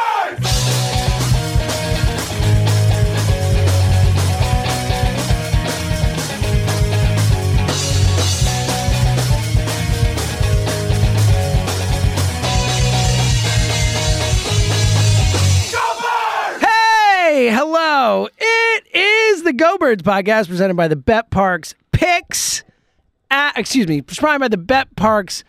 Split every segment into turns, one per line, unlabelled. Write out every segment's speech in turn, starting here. Go Birds!
Hey, hello. It is the Go Birds podcast presented by the Bet Parks Picks. app. excuse me, presented by the Bet Parks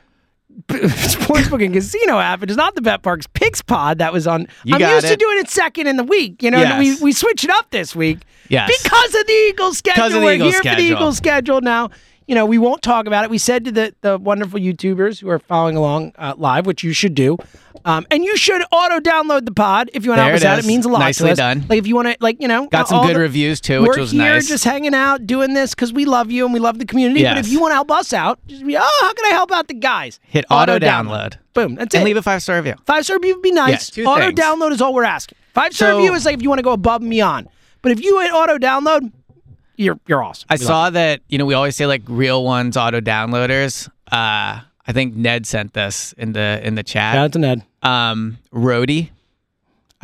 B- Sportsbook and Casino app. It is not the Bet Parks Picks pod that was on.
You
I'm
got
used to
it.
doing it second in the week. You know, and
Yes.
we, we switch it up this week
Yes.
because of the Eagles schedule.
Because of the
We're
Eagles
here for the
schedule.
Eagles schedule now. You know, we won't talk about it. We said to the, the wonderful YouTubers who are following along uh, live, which you should do, um, and you should auto download the pod if you want to
There
help us
it
out.
is.
It means a lot.
Nicely
to us.
done.
Like if you want to, like you know, uh,
Got some
all
good reviews, too, which
we're
was
here
nice.
just hanging out, doing this because we love you and we love the community. But
Yes.
if you want to help us out, just be oh, how can I help out the guys?
Hit auto-download.
Boom. That's
And
it.
leave a five star review.
Five star review would be nice.
Yeah, two
auto
things.
download is all we're asking. Five star
So-
review is like if you want to go above and beyond. But if you hit auto download, you're you're awesome.
I
We love
saw that, you know, we always say like real ones auto downloaders. Uh, I think Ned sent this in the in the
you. Shout
chat.
out to Ned.
Um, Rody.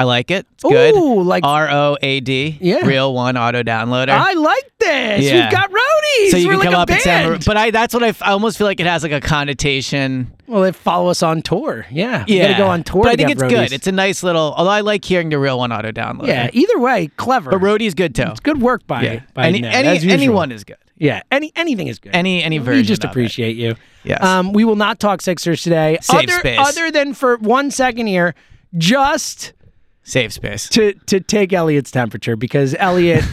I like it. It's
Ooh,
good.
like-
R O A D.
Yeah.
Real one auto downloader.
I like this.
Yeah.
We've got roadies.
so you
We're
can
like
come
a
up and
band.
sound, but I that's what I, f- I almost feel like it has like a connotation.
well, they follow us on tour. Yeah, we
Yeah,
gotta go on tour.
But
to
I think
get
it's
roadies.
good. It's a nice little. Although I like hearing the real one auto downloader.
yeah. Either way, clever.
but Roadie's good too.
It's good work by
Yeah,
by
any,
Ned,
any-
as usual.
anyone is good.
Yeah, any anything is good.
Any any version.
we just
of it.
appreciate you.
Yes.
Um, we will not talk Sixers today.
Save
other,
space.
other than for one second here, just
Safe space.
to to take Elliot's temperature because Elliot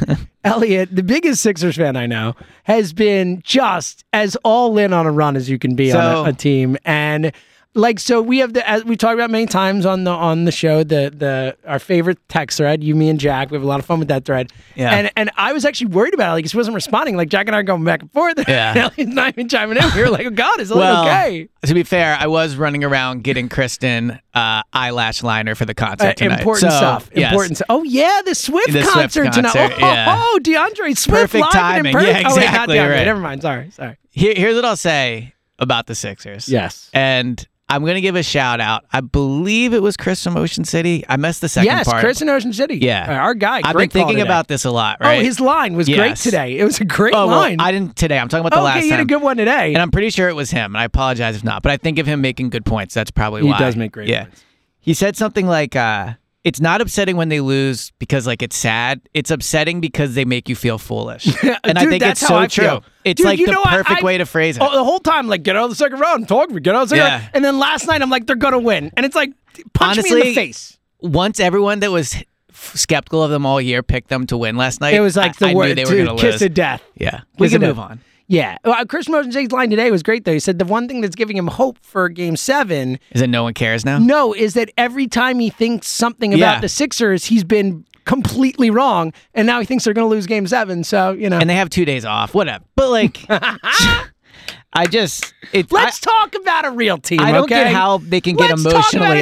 Elliot, the biggest Sixers fan I know, has been just as all in on a run as you can be on
So-
a, a team and like so we have the as we talked about many times on the on the show the the our favorite text thread you me and Jack we have a lot of fun with that thread
Yeah.
and and I was actually worried about it like 'cause he wasn't responding like Jack and I are going back and forth
Yeah.
and Elliot's not even chiming in we were like oh God is it okay
To be fair, I was running around getting Kristen uh, eyelash liner for the concert
Uh,
tonight.
important
So,
stuff.
yes.
Important. stuff. Oh yeah, the Swift
The Swift
concert tonight.
concert,
oh,
yeah.
oh, DeAndre Swift
Perfect
live and in
timing.
person.
Yeah,
Oh, wait, not
exactly
DeAndre.
right.
Never mind. Sorry, sorry.
Here, here's what I'll say about the Sixers.
Yes.
And I'm gonna give a shout out. I believe it was Chris from Ocean City. I missed the second
Yes,
part.
Chris in Ocean City.
Yeah.
Uh, our guy.
I've
great
been
call
thinking
today.
about this a lot, right?
Oh, his line was great
Yes.
today. It was a great
Oh, well,
line.
I didn't today. I'm talking about
okay,
the last
you
time.
had a good one today.
And I'm pretty sure it was him. And I apologize if not. But I think of him making good points. That's probably
He
why.
does make great points.
He said something like, uh, it's not upsetting when they lose because like it's sad. It's upsetting because they make you feel foolish. and I
Uh, Dude,
think
that's
it's
how
so
I
true.
feel.
It's
Dude,
like
you
the
know, I-
perfect
I-
way to phrase it.
Oh, the whole time, like, get out of the second round, talk, get out of the second
Yeah.
round. And then last night, I'm like, they're going to win. And it's like, punch me in the
Honestly,
face.
Once everyone that was skeptical of them all year picked them to win last night.
It was like
I,
the
I knew
word,
they were
dude,
gonna
kiss
lose.
of death.
Yeah. We
Kiss
can
of
move
death.
on.
Yeah. Well, Chris Mosen's line today was great, though. He said the one thing that's giving him hope for game seven,
Is it no one cares now?
no, is that every time he thinks something about
Yeah.
the Sixers, he's been completely wrong. And now he thinks they're going to lose game seven. So, you know,
And they have two days off. Whatever. But like I just it,
let's
I-
talk about a real team.
I don't get
okay?
how they can get
Let's
emotionally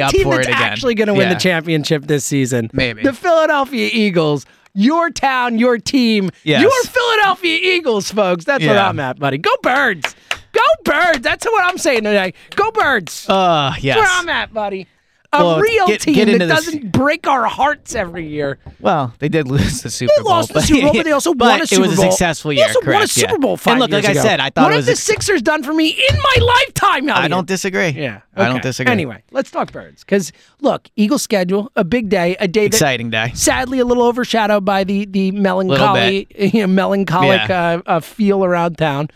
talk about
up
a team
for
that's
it again.
actually going to win
Yeah.
the championship this season.
Maybe.
The Philadelphia Eagles. Your town, your team,
Yes.
your Philadelphia Eagles, folks. That's what
Yeah.
I'm at, buddy. Go birds. Go birds. That's what I'm saying today. Go birds.
Uh, yes.
That's where I'm at, buddy. a
Well,
real
get-
team
get into
that
this-
doesn't break our hearts every year.
Well, they did lose the Super Bowl.
lost the Super Bowl, but they also
but
won a Super
It was
Bowl.
a successful
They
year.
also won a
correct,
Super
yeah.
Bowl five
And look,
years
like
ago.
I said, I thought
what
it
have
was.
the Sixers done for me in my lifetime?
I
Elliot?
don't disagree.
Yeah,
I don't
okay.
disagree.
Anyway, let's talk birds because look, Eagle schedule, a big day, a day that
exciting day.
sadly a little overshadowed by the the melancholy you know, melancholic
Yeah.
uh, uh, feel around town.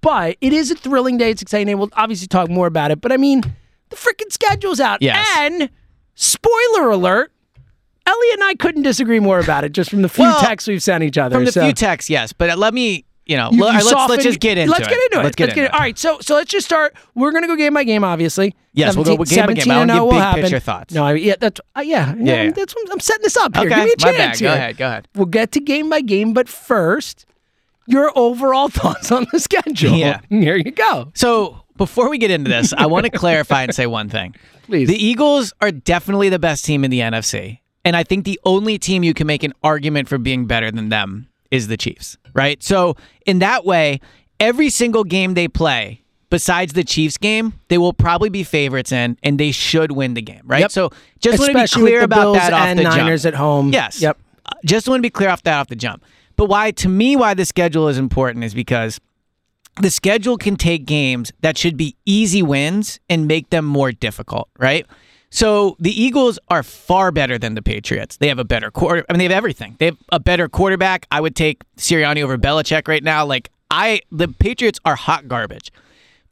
But it is a thrilling day. It's exciting. day. We'll obviously talk more about it. But I mean, the freaking schedule's out.
Yes.
And spoiler alert, Ellie and I couldn't disagree more about it just from the few
Well,
texts we've sent each other.
From the
so.
few texts, yes, but uh, let me, you know,
You-
let,
you
us
soften-
let's just get into
let's
it.
Get into it.
Let's get into it.
All right, so so let's just start. We're gonna go game by game, obviously.
Yes, we'll go game by game, but I
17 and
wanna
0
get
will
big
happen.
picture thoughts.
No, I, yeah, that's uh, yeah, yeah,
yeah.
That's what I'm setting this up here.
Okay,
Give me a
my
chance.
bad. Go
here.
ahead, go ahead.
We'll get to game by game, but first, your overall thoughts on the schedule.
Yeah.
here you go.
So before we get into this, I want to clarify and say one thing.
Please.
The E Eagles are definitely the best team in the NFC. And I think the only team you can make an argument for being better than them is the Chiefs, right? So in that way, every single game they play, besides the Chiefs game, they will probably be favorites in and they should win the game, right?
Yep.
So just want to
Especially
be clear
with the
about
Bills
that off
and
the
Niners
jump.
at home.
Yes.
Yep.
Uh, Just want to be clear off that off the jump. But why to me why the schedule is important is because the schedule can take games that should be easy wins and make them more difficult, right? So the Eagles are far better than the Patriots. They have a better quarter. I mean, they have everything. They have a better quarterback. I would take Sirianni over Belichick right now. Like I, the Patriots are hot garbage,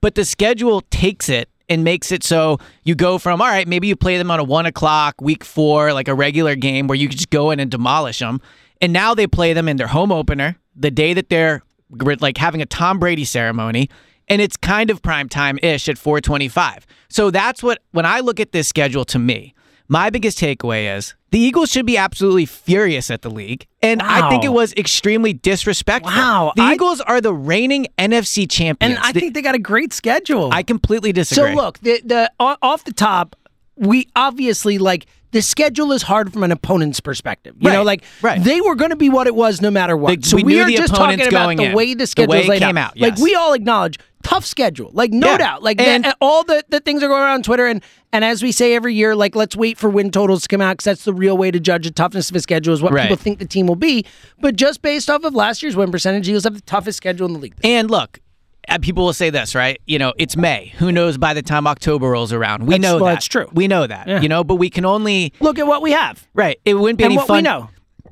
but the schedule takes it and makes it so you go from all right, maybe you play them on a one o'clock week four, like a regular game where you could just go in and demolish them, and now they play them in their home opener the day that they're gr- like having a Tom Brady ceremony, and it's kind of prime time ish at 4:25. So that's what when I look at this schedule to me, my biggest takeaway is the Eagles should be absolutely furious at the league, and I think
Wow.
it was extremely disrespectful.
Wow,
the
I-
Eagles are the reigning NFC champions.
And I
The-
think they got a great schedule.
I completely
So
disagree.
look, the the o- off the top, we obviously like the schedule is hard from an opponent's perspective. You know,
Right,
like
right.
they were going to be what it was no matter what.
They-
so
we
we,
knew
are
the
just
opponents
talking about
going
the
in.
way the
The
schedule
way
is
it
laid
came
out.
out,
Like
yes.
we all acknowledge tough schedule. Like no
Yeah.
doubt. Like
And-
the, all the, the things are going around Twitter and and as we say every year, like let's wait for win totals to come out because that's the real way to judge the toughness of a schedule is what
Right.
people think the team will be. But just based off of last year's win percentage, Eagles have the toughest schedule in the league.
And look, uh, people will say this, right? You know, it's May. Who knows by the time October rolls around? We
That's-
know
well,
that.
that's true.
We know that. You know, but we can only
Look at what we have.
right. It wouldn't be
And
any
what we
fun.
know.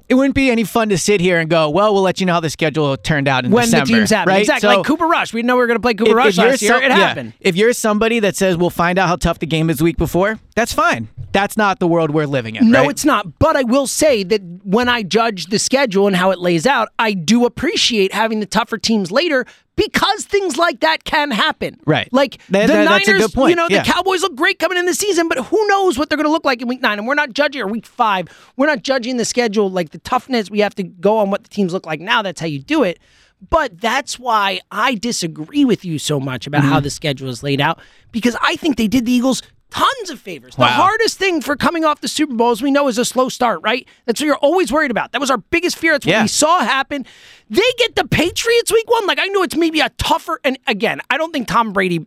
It wouldn't be any fun to sit here and go, well, we'll let you know how the schedule turned out in
when
December.
the team's happen.
Right?
Exactly.
So
like Cooper Rush. We didn't know we were going to play Cooper
if-
Rush
if you're
last year.
some-
It
yeah.
happened.
If you're somebody that says we'll find out how tough the game is the week before, that's fine. That's not the world we're living in.
No,
right?
it's not. But I will say that when I judge the schedule and how it lays out, I do appreciate having the tougher teams later because things like that can happen.
Right.
Like
That-
the
that-
Niners,
that's a good point.
you know,
Yeah.
the Cowboys look great coming in the season, but who knows what they're going to look like in week nine. And we're not judging, or week five, we're not judging the schedule, like the toughness. We have to go on what the teams look like now. That's how you do it. But that's why I disagree with you so much about
Mm-hmm.
how the schedule is laid out because I think they did the Eagles tons of favors. The hardest thing for coming off the Super Bowl, as we know, is a slow start, right? That's what you're always worried about. That was our biggest fear. That's what
Yeah.
we saw happen. They get the Patriots week one. Like, I know it's maybe a tougher, and again, I don't think Tom Brady.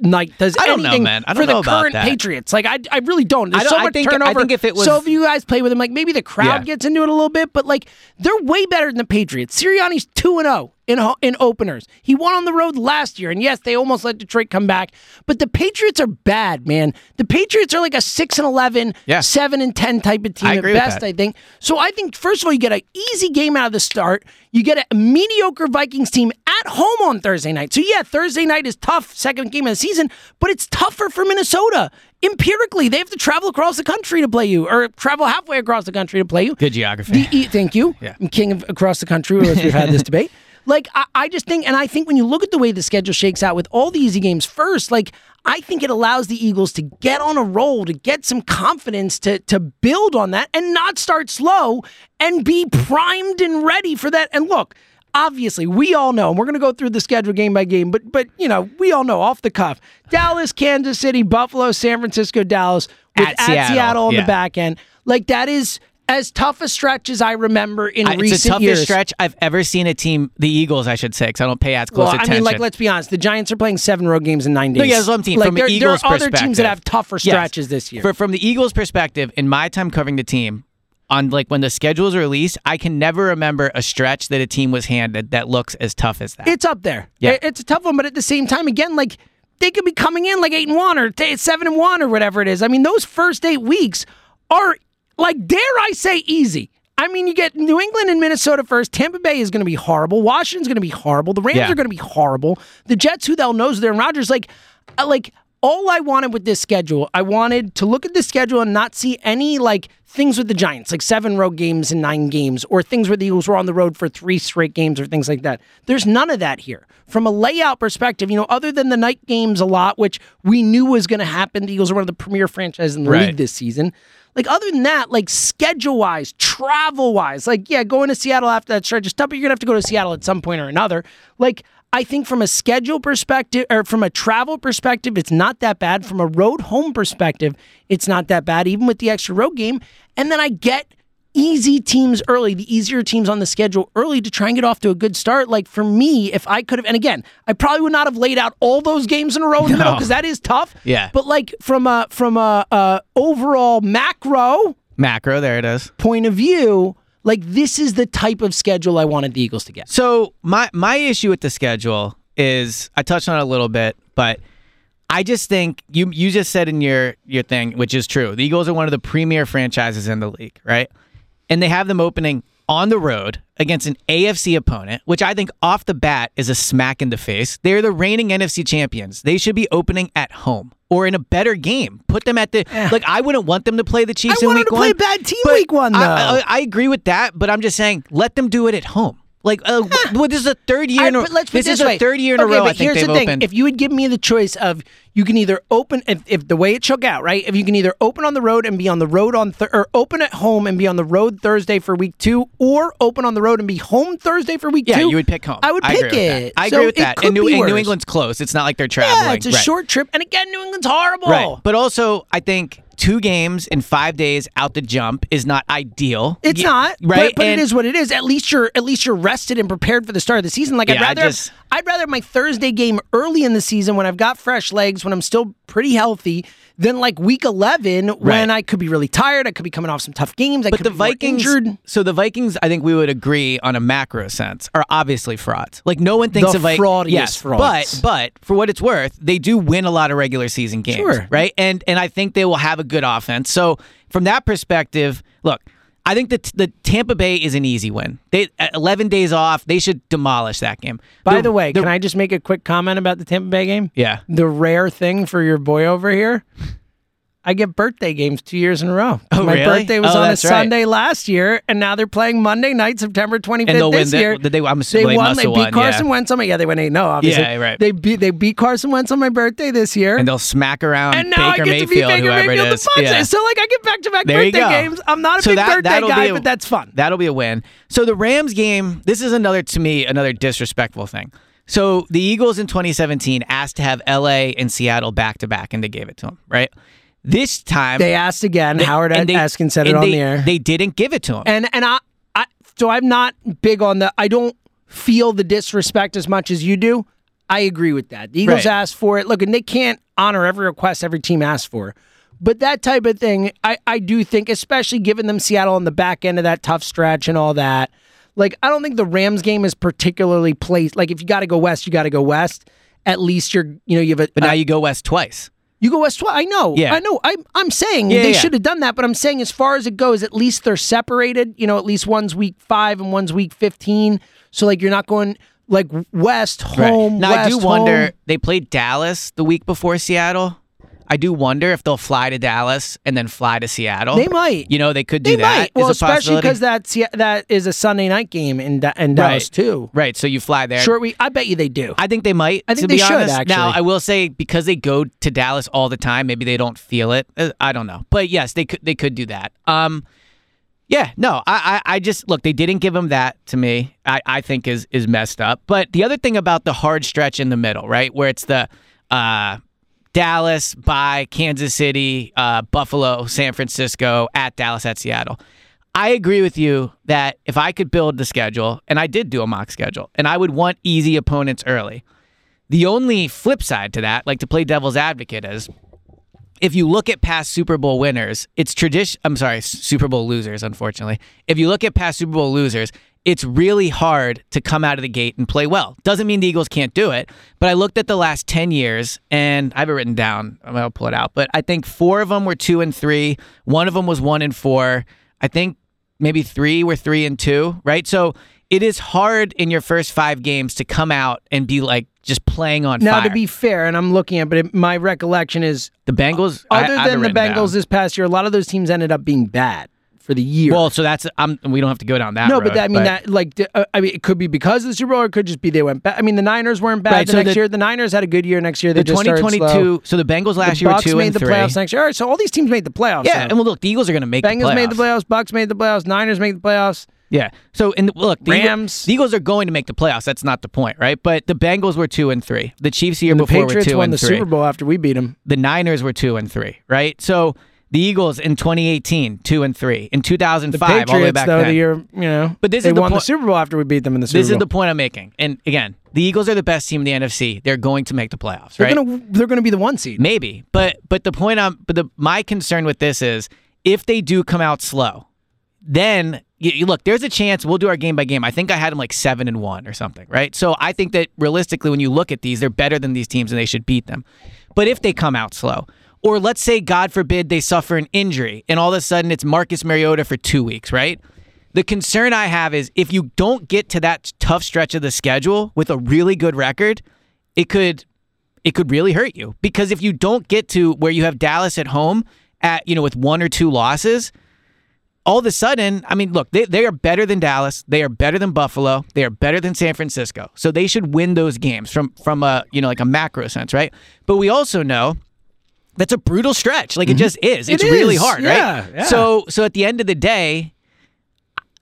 Like does
I don't know,
anything
man. I
for
don't
the
know about
current
that.
Patriots? Like I, I really don't. There's
I don't-
so
I
much
think- I
turnover.
think if it was-
so if you guys play with him, like maybe the crowd
Yeah.
gets into it a little bit, but like they're way better than the Patriots. Sirianni's two and zero in ho- in openers. He won on the road last year, and yes, they almost let Detroit come back, but the Patriots are bad, man. The Patriots are like a six and 11,
Yeah.
seven and ten type of team
I
at
agree with
best.
that.
I think so. I think first of all, you get an easy game out of the start. You get a mediocre Vikings team at home on Thursday night. So yeah, Thursday night is tough, second game of the season, but it's tougher for Minnesota. Empirically, they have to travel across the country to play you, or travel halfway across the country to play you.
good geography.
The E- thank you. I'm king of across the country, or as we've had this debate. Like, I, I just think, and I think when you look at the way the schedule shakes out with all the easy games first, like, I think it allows the Eagles to get on a roll, to get some confidence, to, to build on that and not start slow and be primed and ready for that. And look, obviously, we all know, and we're going to go through the schedule game by game, but, but, you know, we all know off the cuff Dallas, Kansas City, Buffalo, San Francisco, Dallas, with,
At Seattle,
on the
yeah.
back end. Like, that is as tough a stretch as I remember in
I-
recent
it's the toughest
years.
stretch I've ever seen a team, the Eagles, I should say, because I don't pay as close
Well, I
attention.
mean, like, let's be honest. The Giants are playing seven road games in nine days.
No, yeah, that's what I'm saying,
Like,
from
there,
an
there
Eagles
are other teams that
perspective.
have tougher
Yes.
stretches this year.
For- from the Eagles' perspective, in my time covering the team, on like when the schedules released, I can never remember a stretch that a team was handed that looks as tough as that.
it's up there.
Yeah.
It- it's a tough one, but at the same time, again, like they could be coming in like eight and one or t- seven and one or whatever it is. I mean, those first eight weeks are like, dare I say, easy. I mean, you get New England and Minnesota first. Tampa Bay is going to be horrible. Washington's going to be horrible. The Rams
Yeah.
are going to be horrible. The Jets, who the hell knows, they're in Rodgers. Like, uh, like all I wanted with this schedule, I wanted to look at the schedule and not see any like things with the Giants, like seven road games and nine games, or things where the Eagles were on the road for three straight games or things like that. There's none of that here. From a layout perspective, you know, other than the night games a lot, which we knew was going to happen, the Eagles are one of the premier franchises in the
Right.
league this season. Like other than that, like schedule wise, travel wise, like yeah, going to Seattle after that stretch is tough, but you're gonna have to go to Seattle at some point or another. Like I think from a schedule perspective or from a travel perspective, it's not that bad. From a road home perspective, it's not that bad, even with the extra road game. And then I get easy teams early, the easier teams on the schedule early to try and get off to a good start. Like for me, if I could have, and again, I probably would not have laid out all those games in a row in the middle because that is tough.
Yeah.
But like from a from a uh, overall macro
Macro, there it is.
point of view, like this is the type of schedule I wanted the Eagles to get.
So my my issue with the schedule is I touched on it a little bit, but I just think you you just said in your your thing, which is true. The Eagles are one of the premier franchises in the league, right? And they have them opening on the road against an AFC opponent, which I think off the bat is a smack in the face. They're the reigning NFC champions. They should be opening at home or in a better game. Put them at the like. I wouldn't want them to play the Chiefs
I
in
want
week
them to play
one.
bad team
but
week one,
I-
though.
I- I agree with that, but I'm just saying let them do it at home. Like, uh, wh- well, this is a third year. in a,
I- but let's put
this is
way.
a third year in a
Okay,
row.
But
I think
here's
they've
the thing:
opened.
if you would give me the choice of you can either open if, if the way it shook out, right? If you can either open on the road and be on the road on th- or open at home and be on the road Thursday for week two, or open on the road and be home Thursday for week
yeah,
two.
you would pick home.
I would pick
agree with that.
it.
I
So
agree with
it
that.
could
And New,
be
and New
worse.
England's close. It's not like they're traveling.
Yeah, it's a
right.
short trip, and again, New England's horrible.
Right. But also, I think two games in five days out the jump is not ideal.
It's
Yeah,
not
right.
but, but
And-
it is what it is. At least you're at least you're rested and prepared for the start of the season. Like I'd
Yeah, I
rather
just-
I'd rather have my Thursday game early in the season when I've got fresh legs, when I'm still pretty healthy, than like week eleven when
Right.
I could be really tired. I could be coming off some tough games. I
But
could
the
be more
Vikings,
injured.
so the Vikings, I think we would agree on a macro sense are obviously frauds. Like no one thinks
The
of like
fraudiest
yes,
frauds.
But but for what it's worth, they do win a lot of regular season games,
Sure.
right? And and I think they will have a good offense. So from that perspective, look, I think that the Tampa Bay is an easy win. They at eleven days off, they should demolish that game.
By the, way, can I just make a quick comment about the Tampa Bay game?
Yeah.
The rare thing for your boy over here. I get birthday games two years in a row.
Oh,
My
really?
birthday was
Oh,
on a
that's right.
Sunday last year, and now they're playing Monday night, September 25th
And they'll win
this
the-
year.
did they- I'm assuming
they
they
won.
must
They
have
beat
won, yeah.
Carson Wentz on my. Yeah, they went 8 0, obviously.
Yeah, right.
They beat, they beat Carson Wentz on my birthday this year.
And they'll smack around
And now
Baker
I get to beat
Mayfield,
Baker
whoever
Mayfield
it
the
is.
Bunch.
Yeah.
So, like, I get back to back
There you
birthday
go.
games. I'm not a
So
big
that-
birthday
that'll
guy,
be a-
but that's fun.
That'll be a win. So the Rams game, this is another to me another disrespectful thing. So the Eagles in 2017 asked to have LA and Seattle back to back and they gave it to them, right? This time
they asked again.
they-
Howard
and they-
Askin said it
and
on
they-
the air.
They didn't give it to him.
and and I, I so I'm not big on the I don't feel the disrespect as much as you do. I agree with that. The Eagles
Right.
asked for it. Look, and they can't honor every request every team asks for. But that type of thing, I, I do think, especially given them Seattle on the back end of that tough stretch and all that. Like, I don't think the Rams game is particularly placed. Like, if you got to go west, you got to go west. At least you're, you know, you have a.
but now
a-
you go west twice.
you go west twice. I know.
Yeah.
I know. I'm, I'm saying
Yeah,
they
yeah.
should have done that, but I'm saying as far as it goes, at least they're separated. You know, at least one's week five and one's week 15. So, like, you're not going like west, home.
Now I do
west,
wonder
home.
they played Dallas the week before Seattle. I do wonder if they'll fly to Dallas and then fly to Seattle.
They might.
You know, they could do
They
that.
might.
is
Well,
a
especially
possibility.
because that's, yeah, that is a Sunday night game in, Da- in Dallas,
Right.
too.
Right, so you fly there.
Short week. I bet you they do.
I think they might.
I think
to
they
be
should,
honest. Now,
actually.
I will say because they go to Dallas all the time, maybe they don't feel it. Uh, I don't know, but yes, they could. They could do that. Um, yeah, no, I, I, I just look. They didn't give him that to me. I, I think is is messed up. But the other thing about the hard stretch in the middle, right, where it's the uh, Dallas by Kansas City, uh, Buffalo, San Francisco at Dallas at Seattle. I agree with you that if I could build the schedule, and I did do a mock schedule, and I would want easy opponents early. The only flip side to that, like to play devil's advocate, is if you look at past Super Bowl winners, it's tradition. I'm sorry, S- Super Bowl losers, unfortunately. If you look at past Super Bowl losers, it's really hard to come out of the gate and play well. Doesn't mean the Eagles can't do it, but I looked at the last 10 years and I have it written down. I'm I'll pull it out, but I think four of them were two and three. One of them was one and four. I think maybe three were three and two, right? So it is hard in your first five games to come out and be like just playing on
Now,
fire.
to be fair, and I'm looking at, but it, my recollection is
the Bengals, I-
other
I have it
than the
written down.
Bengals this past year, a lot of those teams ended up being bad for the year.
Well, so that's I'm, we don't have to go down that.
no,
road,
but that, I mean that like d- uh, I mean it could be because of the Super Bowl, or it could just be they went bad. I mean the Niners weren't bad
Right,
the
so
next
the-
year. The Niners had a good year next year. They
the
just started
2022. So the Bengals
slow.
last
the
year were
Bucks
two
made
and
the
three.
playoffs next year. All right, so all these teams made the playoffs.
yeah,
now.
and well, look, the Eagles are going to make the
Bengals
playoffs.
made the playoffs. Bucks made the playoffs. Niners made the playoffs.
Yeah. So and look, the Eagle-
Rams.
the Eagles are going to make the playoffs. That's not the point, right? But the Bengals were two and three. The Chiefs the year
The
before
Patriots
were two
won
and
the
three.
Super Bowl after we beat them.
the Niners were two and three, right? So the Eagles in 2018, two and three. In 2005,
The Patriots
all the way back
though
then.
the year you know,
But this
they
is the
won the
point-
Super Bowl after we beat them in the Super
this
Bowl.
is the point I'm making. And again, the Eagles are the best team in the NFC. They're going to make the playoffs,
they're
right?
gonna they're gonna be the one seed.
Maybe, but but the point I'm but the my concern with this is if they do come out slow, then you, you look. There's a chance we'll do our game by game. I think I had them like seven and one or something, right? So I think that realistically, when you look at these, they're better than these teams, and they should beat them. But if they come out slow. Or let's say, God forbid, they suffer an injury and all of a sudden it's Marcus Mariota for two weeks, right? The concern I have is if you don't get to that tough stretch of the schedule with a really good record, it could it could really hurt you because if you don't get to where you have Dallas at home at you know with one or two losses all of a sudden I mean look they, they are better than Dallas they are better than Buffalo they are better than San Francisco so they should win those games from from a you know like a macro sense right but we also know that's a brutal stretch like it just is it's really
Mm-hmm. is,
hard
yeah,
right
yeah.
so so at the end of the day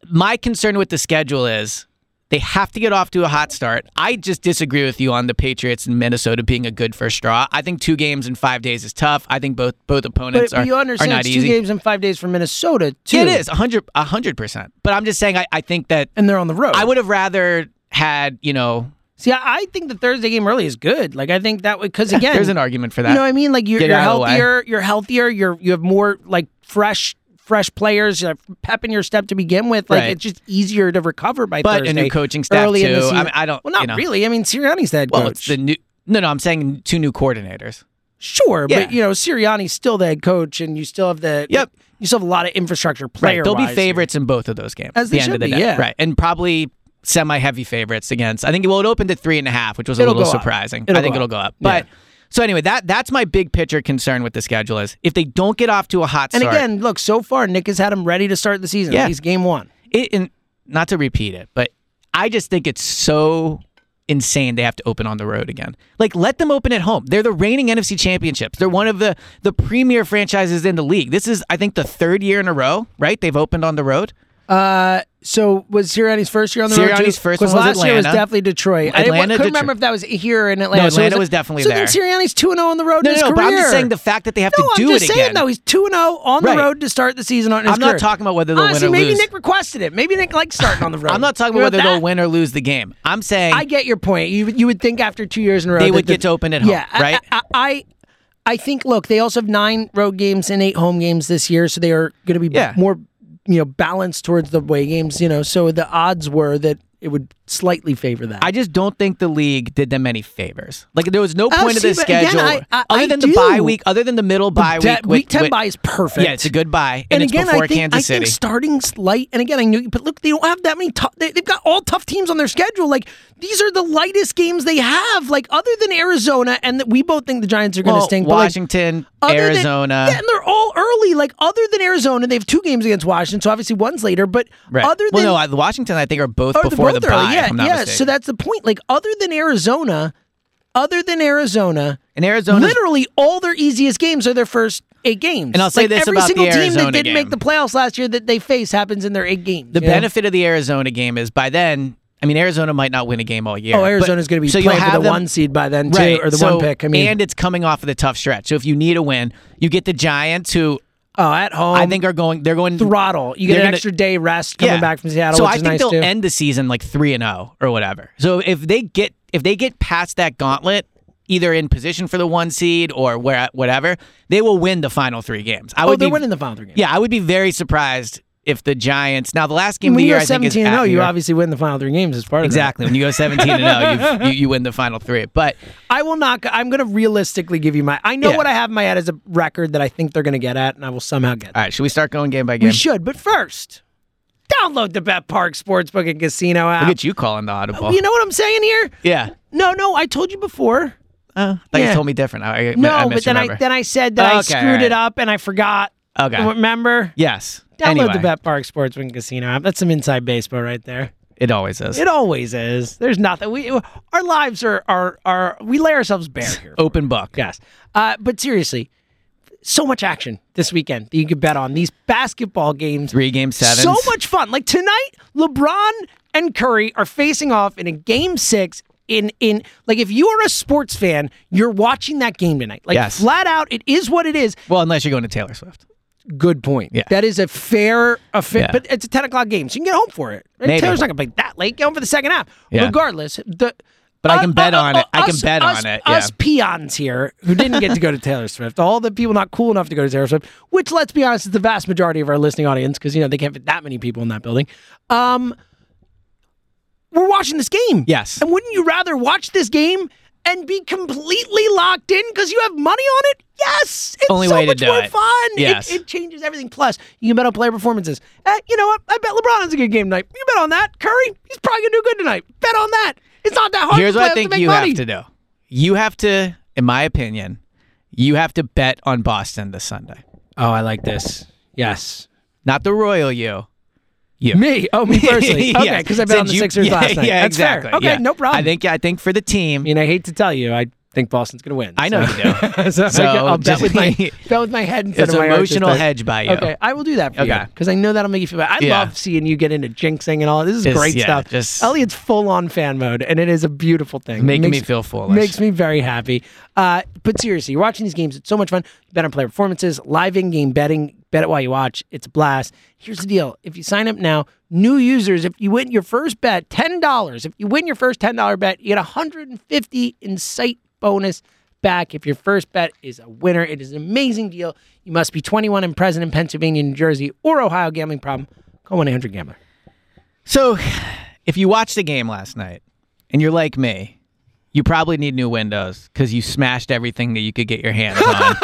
my concern with the schedule is they have to get off to a hot start. I just disagree with you on the Patriots and Minnesota being a good first straw. I think two games in five days is tough. I think both both
But,
opponents
but
are,
you understand
are not
it's two
easy.
games in five days for Minnesota too.
Yeah, it is 100 100 percent. But I'm just saying I, I think that
and they're on the road.
I would have rather had you know
See, I, I think the Thursday game early is good. Like I think that would because again,
there's an argument for that.
You know what I mean? Like you're,
Get it
you're
out of the way.
healthier. You're healthier. You're you have more like fresh fresh players. You have pep in your step to begin with. Like
Right.
it's just easier to recover by
But a
Thursday.
new coaching staff,
early in the
too. I
season.
mean, I don't-
Well, not
you know.
really. I mean, Sirianni's the head
well
coach.
it's the new no no I'm saying two new coordinators.
sure,
Yeah.
but you know Sirianni's still the head coach, and you still have the
Yep.
You still have a lot of infrastructure player.
Right. They'll be favorites in both of those games.
As
at
they
the end
should
of the
be,
day.
yeah.
Right. And probably semi heavy favorites against I think well it opened at three and a half, which was
It'll
a little
go up.
surprising.
It'll
I think
go
it'll
up.
go up. But so anyway, that that's my big picture concern with the schedule is if they don't get off to a hot
And
start.
again, look, so far Nick has had him ready to start the season.
Yeah.
He's game one.
it, and not to repeat it, but I just think it's so insane they have to open on the road again. Like let them open at home. They're the reigning NFC championships. They're one of the the premier franchises in the league. This is I think the third year in a row, right? They've opened on the road.
Uh, so was Sirianni's first year on the road?
Sirianni's
too?
first
'Cause
one was
last year was
Atlanta.
definitely Detroit. I didn't,
Atlanta,
couldn't remember
Detroit.
if that was
here.
in Atlanta.
No,
So
Atlanta
it-
was definitely
so
there.
then Sirianni's two and zero on the road.
No,
in
no,
his
no, but I'm just
career.
saying the fact that they have
No,
to
I'm
do
just
it
saying
again.
though he's two and zero on the
Right.
road to start the season on. His
I'm not
career.
talking about whether they'll win
Honestly,
or
maybe
lose.
Nick requested it. Maybe Nick likes starting on the road.
I'm not talking
You
about
know,
whether
that-
they'll win or lose the game. I'm saying
I get your point. You you would think after two years in a row
They
that
would
the-
get to open at home,
Yeah, I-
right?
I, I I think look, they also have nine road games and eight home games this year, so they are going to be
Yeah.
more you know balanced towards the away games. You know, so the odds were that it would slightly favor that.
I just don't think the league did them any favors. Like there was no
Oh,
point of
see,
this
but again,
schedule
I- I-
other
I
than
do.
the bye week, other than the middle bye
De-
week. with-
week ten
with-
bye is perfect.
Yeah, it's a good bye, and, it's
again,
before
I think,
Kansas
I
City.
think starting light, and again, I knew, but look, they don't have that many. Tough, they, they've got all tough teams on their schedule. Like these are the lightest games they have. Like other than Arizona, and that we both think the Giants are going to
Well,
stink. but, like,
Oh, Washington,
other than-
Arizona.
yeah, and they're all early. Like other than Arizona, they have two games against Washington, so obviously one's later. But
right.
other
well,
than
no, I, Washington, I think are both
or they're
before the
both early,
bye.
yeah,
if I'm not
yeah.
mistaken.
So that's the point. Like other than Arizona, other than Arizona,
and Arizona.
literally all their easiest games are their first eight games.
And I'll say
Like,
this
every
about the
single team that
Arizona
didn't make
game.
the playoffs last year that they face happens in their eight games.
The
you know?
benefit of the Arizona game is by then. I mean, Arizona might not win a game all year.
Oh,
but-
Arizona's going to be
so you'll
playing for the
have them-
one seed by then, too,
right.
or the
so,
one pick. I mean,
and it's coming off of the tough stretch. So if you need a win, you get the Giants, who
Oh, at home.
I think are going. They're going
throttle. You get
they're
an
gonna-
extra day rest coming
Yeah.
back from Seattle,
So
which
I
is
think
nice
they'll
too.
end the season like three and zero or whatever. So if they get if they get past that gauntlet, either in position for the one seed or where whatever, they will win the final three games. I
oh,
would
they're
be,
winning the final three games.
Yeah, I would be very surprised if the Giants. Now the last game of
when
the
you
year,
go
I think is
17 and
at
0,
New
you
York.
obviously win the final three games as part of that.
exactly when you go seventeen and zero, you've- you you win the final three. But
I will not. I'm going to realistically give you my. I know
Yeah.
what I have in my head as a record that I think they're going to get at, and I will somehow get.
all right, should we start going game by game?
We should, but first, download the Bet Park Sportsbook and Casino app.
Look at you calling the audible.
You know what I'm saying here?
yeah.
No, no, I told you before.
Uh, I thought
Yeah.
you told me different. I, I,
No,
I
but then I
misremember.
then I said that I
Okay, all
screwed it
right.
up and I forgot.
Okay.
Remember?
yes.
Download
anyway,
the Bet Park Sportsbook and Casino app. That's some inside baseball right there.
It always is.
It always is. There's nothing. We our lives are are are we lay ourselves bare here.
Open book.
Yes. Uh, but seriously, so much action this weekend that you could bet on these basketball games.
Three game sevens.
So much fun. Like tonight, LeBron and Curry are facing off in a game six. In in like if you are a sports fan, you're watching that game tonight. Like
Yes.
flat out, it is what it is.
Well, unless you're going to Taylor Swift.
Good point.
Yeah.
That is a fair, a fair
Yeah.
but it's a 10 o'clock game, so you can get home for it. Right?
Maybe.
Taylor's not going to play that late. Get home for the second half.
Yeah.
Regardless. The, Uh,
But I can bet on it. I can
us-
bet
us-
on it,
Us
yeah.
peons here who didn't get to go to Taylor Swift, all the people not cool enough to go to Taylor Swift, which let's be honest is the vast majority of our listening audience because, you know, they can't fit that many people in that building. Um, we're watching this game.
Yes.
And wouldn't you rather watch this game and be completely locked in because you have money on it? Yes. It's
Only
so
way to
much
do
more
it.
fun.
Yes.
It, it changes everything. Plus, you can bet on player performances. Eh, you know what? I bet LeBron has a good game tonight. You bet on that. Curry, he's probably gonna do good tonight. Bet on that. It's not that hard.
Here's
to
what I
play
think
to make
you
money.
have to do. You have to, in my opinion, you have to bet on Boston this Sunday.
Oh, I like this. Yes.
Not the royal you.
Me. Oh, me personally.
Yes.
Okay, because I bet on
Since
the
you-
Sixers
yeah,
last night.
Yeah,
That's
exactly.
fair. Okay,
yeah.
no problem.
I think I think for the
I
team.
mean, I hate to tell you, I think Boston's gonna win.
I know
so.
you do.
so,
So,
I'll bet
just-
with my bet with my head instead
It's
of
an
my arches
emotional
there.
hedge by you.
Okay, I will do that for you
Okay.
because I know that'll make you feel bad. I
Yeah.
love seeing you get into jinxing and all. This is
Just-
great
yeah,
stuff.
just-
Elliot's full on fan mode, and it is a beautiful thing. It
Making
makes-
me feel foolish.
Makes me very happy. Uh, but seriously, you're watching these games. It's so much fun. You bet on player performances, live in game betting. Bet it while you watch. It's a blast. Here's the deal: if you sign up now, new users, if you win your first bet, ten dollars. If you win your first ten dollar bet, you get 150 insight bonus back if your first bet is a winner. It is an amazing deal. You must be 21 and present in Pennsylvania, New Jersey, or Ohio. Gambling problem? Call 1 800 Gambler.
So, if you watched the game last night and you're like me, you probably need new windows because you smashed everything that you could get your hands on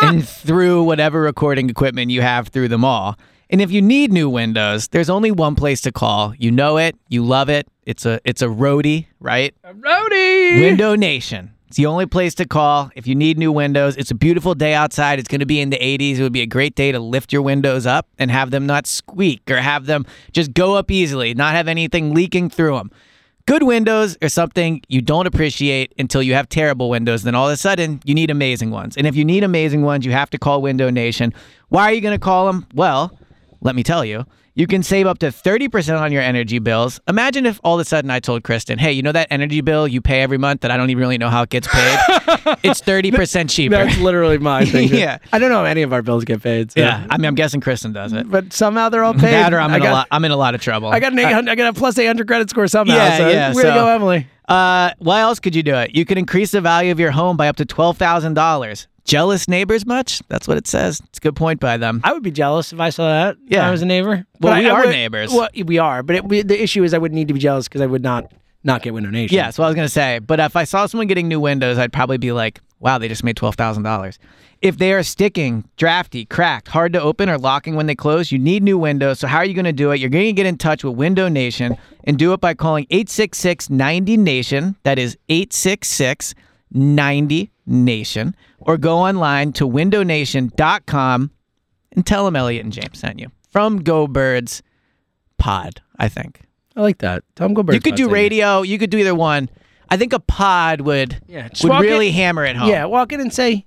and threw whatever recording equipment you have through them all. And if you need new windows, there's only one place to call. You know it, you love it. It's a it's a roadie, right?
Roadie.
Window Nation. It's the only place to call if you need new windows. It's a beautiful day outside. It's going to be in the 80s. It would be a great day to lift your windows up and have them not squeak or have them just go up easily, not have anything leaking through them. Good windows are something you don't appreciate until you have terrible windows. Then all of a sudden, you need amazing ones. And if you need amazing ones, you have to call Window Nation. Why are you going to call them? Well, let me tell you, you can save up to 30% on your energy bills. Imagine if all of a sudden I told Kristen, hey, you know that energy bill you pay every month that I don't even really know how it gets paid? it's 30% cheaper.
That's literally my thing. too.
Yeah.
I don't know how any of our bills get paid. So.
Yeah. I mean, I'm guessing Kristen does it.
But somehow they're all paid.
That or I'm
I
in,
got,
a lot, I'm in a lot of trouble.
I got an 800, I got a plus 800 credit score somehow.
Yeah,
so
yeah,
Way to
so-
go, Emily.
Uh, why else could you do it? You can increase the value of your home by up to twelve thousand dollars. Jealous neighbors much? That's what it says. It's a good point by them.
I would be jealous if I saw that. if
Yeah.
I was a neighbor.
Well,
But
we
I, I
are
would-
neighbors.
Well, we are. But it, we, the issue is I would need to be jealous because I would not not get Window Nation.
Yeah, that's what I was gonna say. But if I saw someone getting new windows, I'd probably be like, "Wow, they just made twelve thousand dollars." If they are sticking, drafty, cracked, hard to open, or locking when they close, you need new windows. So how are you gonna do it? You're gonna get in touch with Window Nation and do it by calling 866-90-NATION. That is 866-90-NATION, or go online to windownation.com and tell them Elliot and James sent you from Go Birds Pod. I think
I like that. Tom Goldberg.
you could do radio. You could do either one. I think a pod would
Yeah, just
would
walk
really
in-
hammer it home.
Yeah, walk in and say,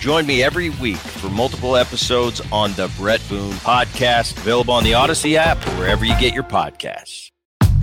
Join me every week for multiple episodes on the Brett Boone Podcast, available on the Odyssey app or wherever you get your podcasts.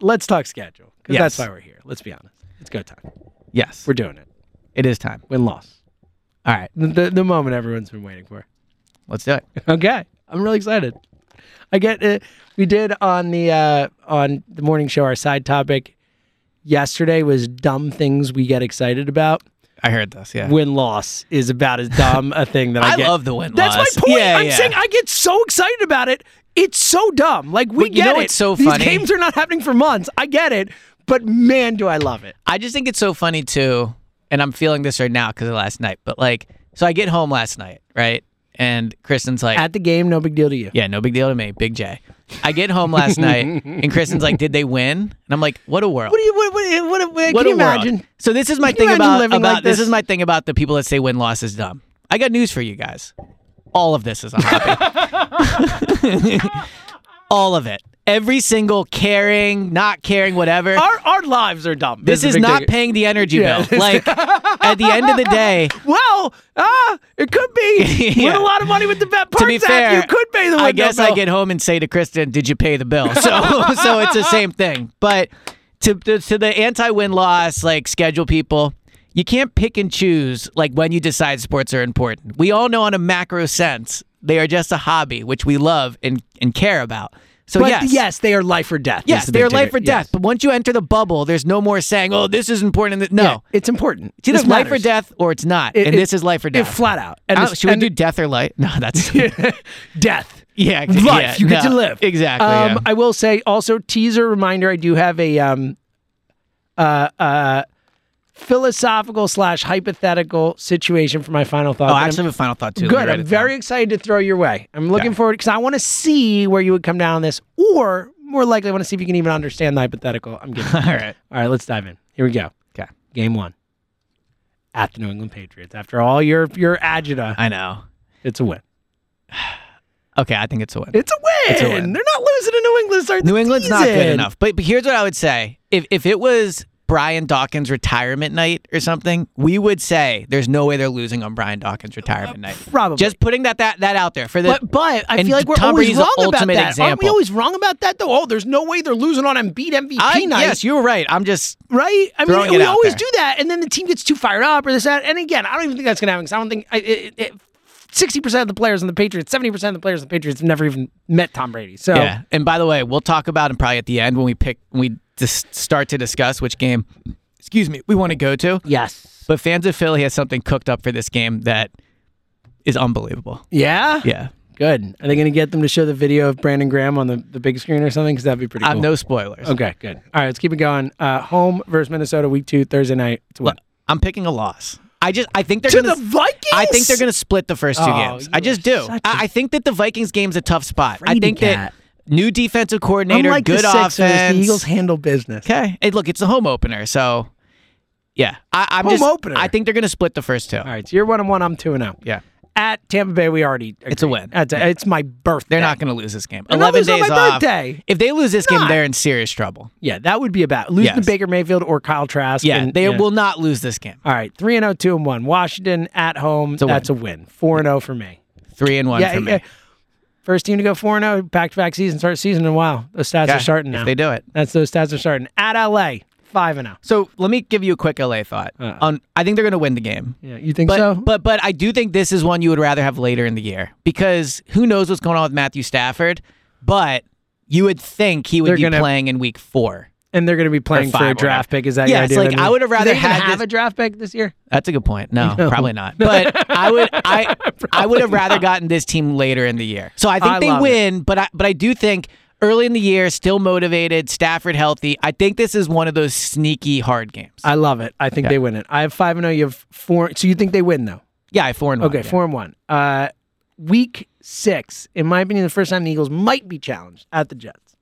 Let's talk schedule. 'cause
Yes.
That's why we're here. Let's be honest. It's go time.
Yes,
We're doing it.
it is time.
Win loss.
All right,
The, the, the moment everyone's been waiting for.
let's do it.
Okay, I'm really excited. I get it. We did on the uh, on the morning show. Our side topic yesterday was dumb things we get excited about.
I heard this. Yeah,
Win loss is about as dumb a thing that I,
I
get.
love the win
That's
loss.
my point.
Yeah,
I'm
yeah.
saying I get so excited about it. It's so dumb. Like we
But you
get
know
it.
what's so
These
funny?
games are not happening for months. I get it. But man, do I love it.
I just think it's so funny too, and I'm feeling this right now because of last night. But like, so I get home last night, right? And Kristen's like,
At the game, no big deal to you.
Yeah, no big deal to me. Big J. I get home last night, and Kristen's like, "Did they win?" And I'm like, "What a world!
What do you? What? What? What? what
What
can you
a world."
imagine?
So this is my
Can you
thing
imagine
about,
living
about
like
this?
this?
is my thing about the people that say win loss is dumb. I got news for you guys. All of this is a hobby. All of it. Every single caring, not caring, whatever.
Our our lives are dumb.
this
the
is
big
not
thing.
paying the energy
Yeah.
bill. Like at the end of the day,
Well, ah, it could be.
Yeah.
Win a lot of money with the bet parts
to be fair,
app. You could pay the window
I guess I
bill.
get home and say to Kristen, "Did you pay the bill?" So, so it's the same thing. But to to, to the anti win loss like schedule people, you can't pick and choose like when you decide sports are important. We all know on a macro sense they are just a hobby which we love and and care about. So
But
yes,
yes. they are life or death.
yes,
is the
they're
big
life or
ticket.
death.
Yes.
But once you enter the bubble, there's no more saying, "Oh, this is important." and that-" No.
Yeah, it's important.
It's either
This
life or
matters.
death, or it's not,
It-
and
it-
this is life or
It
death.
flat out.
I don't-
it's-
should we do death or life? No, that's
death?
Yeah, ex-
life.
yeah,
you get
no,
to live
exactly,
Um,
yeah.
I will say also teaser reminder. I do have a um, uh, uh, philosophical slash hypothetical situation for my final thought.
Oh,
that
I
I'm-
actually have a final thought too. Let me
Good.
write
I'm
it down.
very excited to throw your way. I'm looking forward because I want to see where you would come down on this, or more likely, I want to see if you can even understand the hypothetical. I'm getting.
All right.
All right, let's dive in. Here we go.
Okay.
Game one. At the New England Patriots. After all your your agita,
I know.
it's a win.
Okay, I think it's a win.
It's a win.
a win.
They're not losing to New England. to Start the
New England's not good
season.
enough. But, but here's what I would say: if if it was Brian Dawkins' retirement night or something, we would say there's no way they're losing on Brian Dawkins' retirement night.
probably.
Just putting that that that out there for the.
But but I
and
feel like we're
Tom
always
Brady's the
wrong about
ultimate
that. Aren't we
example.
always wrong about that though? Oh, there's no way they're losing on Embiid MVP
I,
night.
yes, you were right. I'm just
right? I mean,
Throwing it
we
out
always
there.
do that, and then the team gets too fired up or this that. And again, I don't even think that's going to happen. 'cause I don't think I- it- it- sixty percent of the players on the Patriots, seventy percent of the players on the Patriots have never even met Tom Brady. So
yeah. oh, And by the way, we'll talk about him probably at the end when we pick when we just start to discuss which game. Excuse me, we want to go to.
yes,
But fans of Philly has something cooked up for this game that is unbelievable.
yeah,
Yeah.
good. Are they going to get them to show the video of Brandon Graham on the, the big screen or something? Because that'd be pretty
Uh,
cool.
no spoilers.
okay, good. All right, let's keep it going. Uh, home versus Minnesota, week two, Thursday night. It's a win.
Look, I'm picking a loss. I just I think they're
To
gonna
the Vikings?
I think they're gonna split the first two
Oh,
games.
you
I just
are
do. I
such a
I think that the Vikings game's a tough spot. I think
cat.
that new defensive coordinator,
Unlike
good
the Sixers,
offense.
the Eagles handle business.
okay. Hey, look, it's the home opener, so yeah. I, I'm
Home
just
opener.
I think they're gonna split the first two.
All right, so you're one and one. I'm two and zero.
Yeah.
At Tampa Bay, we already.
It's a
agreed.
win.
That's a- it's my birthday.
They're not gonna lose this game.
They're not
Eleven
losing on
days
my
off.
birthday.
If they lose this game,
Not.
they're in serious trouble.
Yeah, that would be about losing to
Yes.
Baker Mayfield or Kyle Trask.
Yeah,
and-
they
yeah.
will not lose this game.
All right, three and zero, two and one. Washington at home.
a win.
that's a win. Four and zero for me.
Three and one
yeah,
for me.
yeah. First team to go four and oh, zero back to back season start season and wow, those stats
Yeah,
are starting
if
now.
they do it.
That's those stats are starting at LA. five and oh. zero.
So let me give you a quick LA thought. On, I think they're going to win the game.
Yeah, you think
But,
so?
but but I do think this is one you would rather have later in the year because who knows what's going on with Matthew Stafford, but you would think he would
They're
be
gonna-
playing in week four.
and oh. they're going to be playing for
five,
a draft
whatever.
pick. Is that
Yeah,
your
it's
idea?
like, I would've
Do they
rather
even
had
have
this-
a draft pick this year.
That's a good point. No,
No.
probably not. But I would I I would have rather gotten this team later in the year. So I think
I
they
love it.
win, but I but I do think early in the year, still motivated, Stafford healthy. I think this is one of those sneaky hard games.
I love it. I think they win it. I have five and zero. You have four. So you think they win though?
yeah, I four and one.
Okay,
yeah.
four and one. Uh, week six, in my opinion, the first time the Eagles might be challenged at the Jets.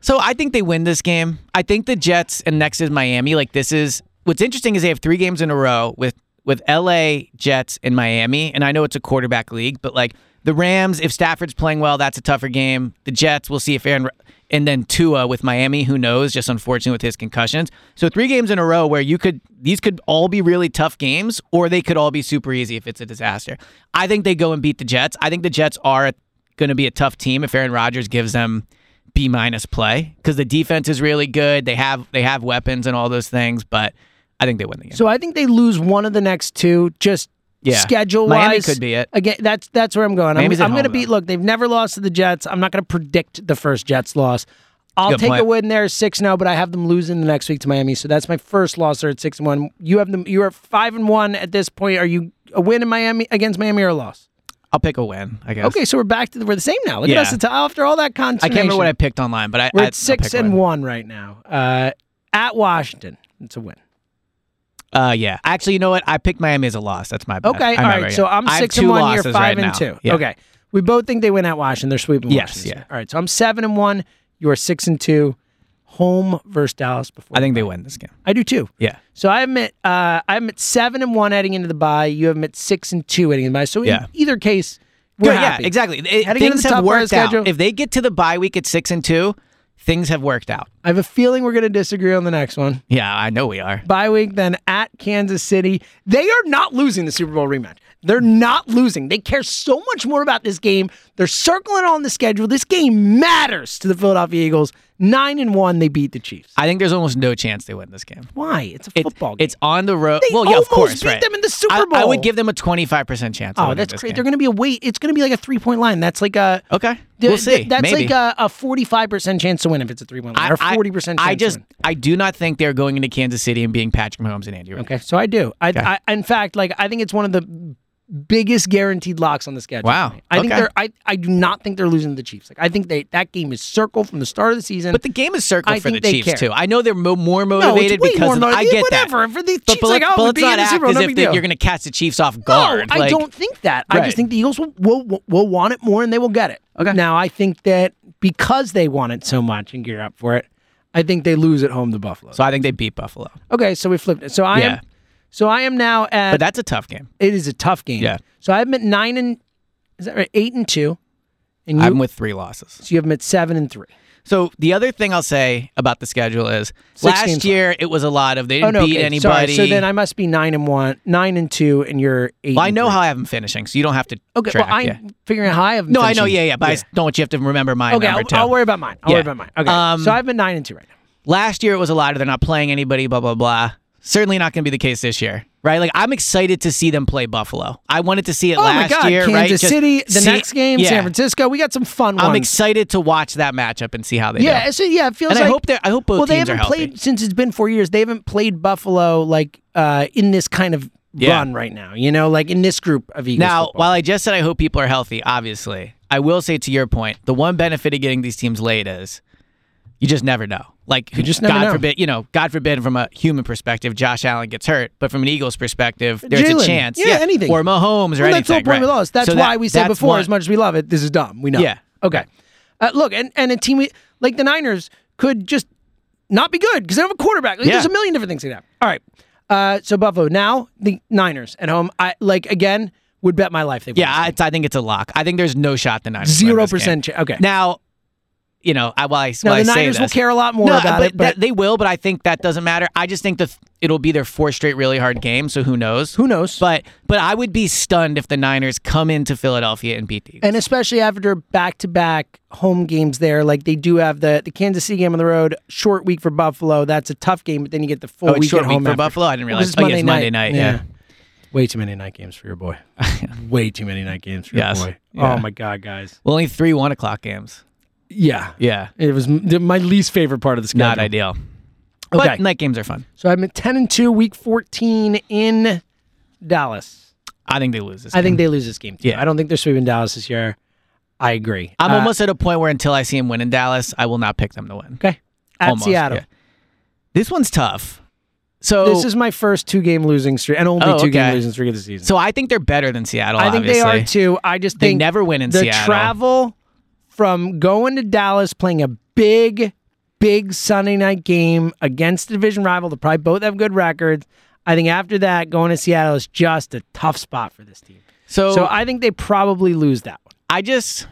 So I think they win this game. I think the Jets and next is Miami. Like this is what's interesting is they have three games in a row with with LA, Jets, and Miami. And I know it's a quarterback league, but like the Rams, if Stafford's playing well, that's a tougher game. The Jets, we'll see if Aaron and then Tua with Miami, who knows? Just unfortunately with his concussions. So three games in a row where you could these could all be really tough games, or they could all be super easy if it's a disaster. I think they go and beat the Jets. I think the Jets are going to be a tough team if Aaron Rodgers gives them B minus play because the defense is really good. They have they have weapons and all those things, but I think they win the game.
So I think they lose one of the next two. Just
Yeah.
schedule
Miami
wise
could be it.
Again, that's that's where I'm going. I'm,
Miami's at
I'm going to
home,
be
though.
look. They've never lost to the Jets. I'm not going to predict the first Jets loss. I'll
Good
take
point.
a win there, six 0 but I have them losing the next week to Miami. So that's my first loss there at six and one. You have them. You are five and one at this point. Are you a win in Miami against Miami or a loss?
I'll pick a win, I guess.
Okay, so we're back to the, we're the same now. Look
Yeah.
at us it's after all that
I
consternation.
can't remember what I picked online, but I
We're
I,
at six and one right now. Uh, at Washington, it's a win.
one. Uh, yeah. Actually, you know what? I picked Miami as a loss. That's my bad.
Okay,
I
all
remember,
right.
yeah.
So I'm
I have
six
two
and one. You're
losses
five
right
and
now.
two.
Yeah.
Okay, we both think they win at Washington. They're sweeping.
Yes,
Washington.
yeah.
All right, so I'm seven and one. You are six and two. Home versus Dallas before.
I think they win this game.
I do too.
Yeah.
So I'm at uh, I'm at seven and one heading into the bye. You have them at six and two heading into the bye. So
Yeah.
in either case, we're
Good, yeah,
happy.
exactly. It-
Heading into
things
the top
have
of our
worked out.
schedule.
If they get to the bye week at six and two, things have worked out.
I have a feeling we're going to disagree on the next one.
Yeah, I know we are.
bye week, then at Kansas City. They are not losing the Super Bowl rematch. They're not losing. They care so much more about this game. They're circling on the schedule. This game matters to the Philadelphia Eagles. Nine and one, they beat the Chiefs.
I think there's almost no chance they win this game.
Why? It's a
It's-
football game.
It's on the road.
They
well, yeah, of
almost
course,
beat
right.
them in the Super
I- I,
Bowl.
would give them a 25% chance. of
oh,
winning
that's
this
great.
game.
They're going to be a wait. It's going to be like a three point line. That's like a
Okay.
Th-
we'll
th-
see.
that's
Maybe.
like a- a forty five percent chance to win if it's a three point line,
I-
or
I-
forty percent. chance
I just
to win.
I do not think they're going into Kansas City and being Patrick Mahomes and Andy Reid.
okay. So I do. I, I in fact like I think it's one of the biggest guaranteed locks on the schedule.
Wow.
I think
Okay.
they're. I, I do not think they're losing to the Chiefs. Like I think they that game is circled from the start of the season.
But the game is circled
I
for the
think they
Chiefs
care.
too. I know they're mo- more
No, it's
motivated
way
because
more
of-
motivated.
I get
whatever.
that.
For the Chiefs,
but, but
like,
let's,
oh,
but
we'll
let's
be in
not
the
act
Super Bowl,
as
no
if
big
that
deal.
you're going to catch the Chiefs off
no,
guard.
I
Like,
don't think that. I just
Right.
think the Eagles will, will will want it more and they will get it.
Okay.
Now I think that because they want it so much and gear up for it, I think they lose at home to Buffalo.
So I think they beat Buffalo.
okay, so we flipped it. So I
Yeah.
am. So I am now at.
But that's a tough game.
it is a tough game.
Yeah.
So I'm at nine and is that right? Eight and two, and you
I'm with three losses.
so you have them at seven and three.
So the other thing I'll say about the schedule is
games
last year it was a lot of they
Oh
didn't
no,
beat
okay,
anybody.
Sorry. So then I must be nine and one, nine and two, and you're eight.
Well, I
and
know
three.
how I have them finishing, so you don't have to.
Okay,
track,
well I'm
yeah.
figuring out how I have. them
No, I know.
finishing.
Yeah, yeah. But I s- don't want you to have to remember mine.
okay,
number
I'll,
two.
I'll worry about mine. I'll worry
Yeah.
about mine. Okay,
Um,
so I've been nine and two right now.
Last year it was a lot of they're not playing anybody. Blah blah blah. Certainly not going to be the case this year, right? Like I'm excited to see them play Buffalo. I wanted to see it
Oh my
last
God,
year,
Kansas
right? Just
City, the
see-
next game,
yeah.
San Francisco. We got some fun
I'm
ones.
excited to watch that matchup and see how they
Yeah,
do.
so yeah, it feels
And I
like
hope they're. I hope both
well, they
teams
haven't
are healthy.
played since it's been four years. They haven't played Buffalo like uh, in this kind of
Yeah.
run right now. You know, like in this group of Eagles.
Now,
football.
while I just said I hope people are healthy, obviously, I will say to your point, the one benefit of getting these teams late is you just never know. Like,
You just never
God
know.
forbid, you know, God forbid, from a human perspective, Josh Allen gets hurt, but from an Eagles perspective, there's
Jalen.
a chance,
Yeah, anything.
or Mahomes, or
Well,
anything.
that's the whole point
right?
with us. That's
So
why
that-
we said
that's
before,
one-
as much as we love it, this is dumb. We know.
Yeah.
Okay. Uh, look, and and a team we- like the Niners could just not be good because they don't have a quarterback. Like,
Yeah.
There's a million different things that happen. All right. Uh, so Buffalo now the Niners at home. I like again would bet my life they win.
Yeah, I, it's- I think it's a lock. I think there's no shot the Niners. win this
Zero percent
game.
cha- okay.
Now, you know, I, while I,
Now,
while I
the
say
Niners will
this-
care a lot more
no,
about
but
it, but
that- they will. But I think that doesn't matter. I just think that it'll be their fourth straight really hard game. So who knows?
who knows?
But but I would be stunned if the Niners come into Philadelphia and beat the Eagles.
and especially after back-to-back home games there like they do have the, the kansas city game on the road short week for buffalo that's a tough game but then you get the full
oh, it's
week
short
at
week
home
for
after.
Buffalo. I didn't
Well,
realize.
'cause
oh, yeah, it's Monday night. yeah.
Way too many night games for your boy. Way too many night games for
Yes.
your boy.
Yeah.
Oh my god, guys.
Well, only three one o'clock games.
Yeah.
Yeah,
It was m- my least favorite part of the schedule.
not ideal. But
Okay.
night games are fun.
so i'm at 10 and 2 week 14 in dallas
I think they lose this.
I
game.
think they lose this game too.
Yeah.
I don't think they're sweeping Dallas this year. I agree.
I'm
Uh,
almost at a point where until I see them win in Dallas, I will not pick them to win.
okay at
Almost,
seattle
yeah. This one's tough. So
This is my first two game losing streak and only
Oh,
two game
okay.
losing streak of the season.
so I think they're better than Seattle.
i think
obviously.
they are too i just
They
think
never win in
the
Seattle.
travel from going to dallas playing a big big sunday night game against the division rival they probably both have good records i think after that going to seattle is just a tough spot for this team
So,
So
I,
I think they probably lose that one.
I just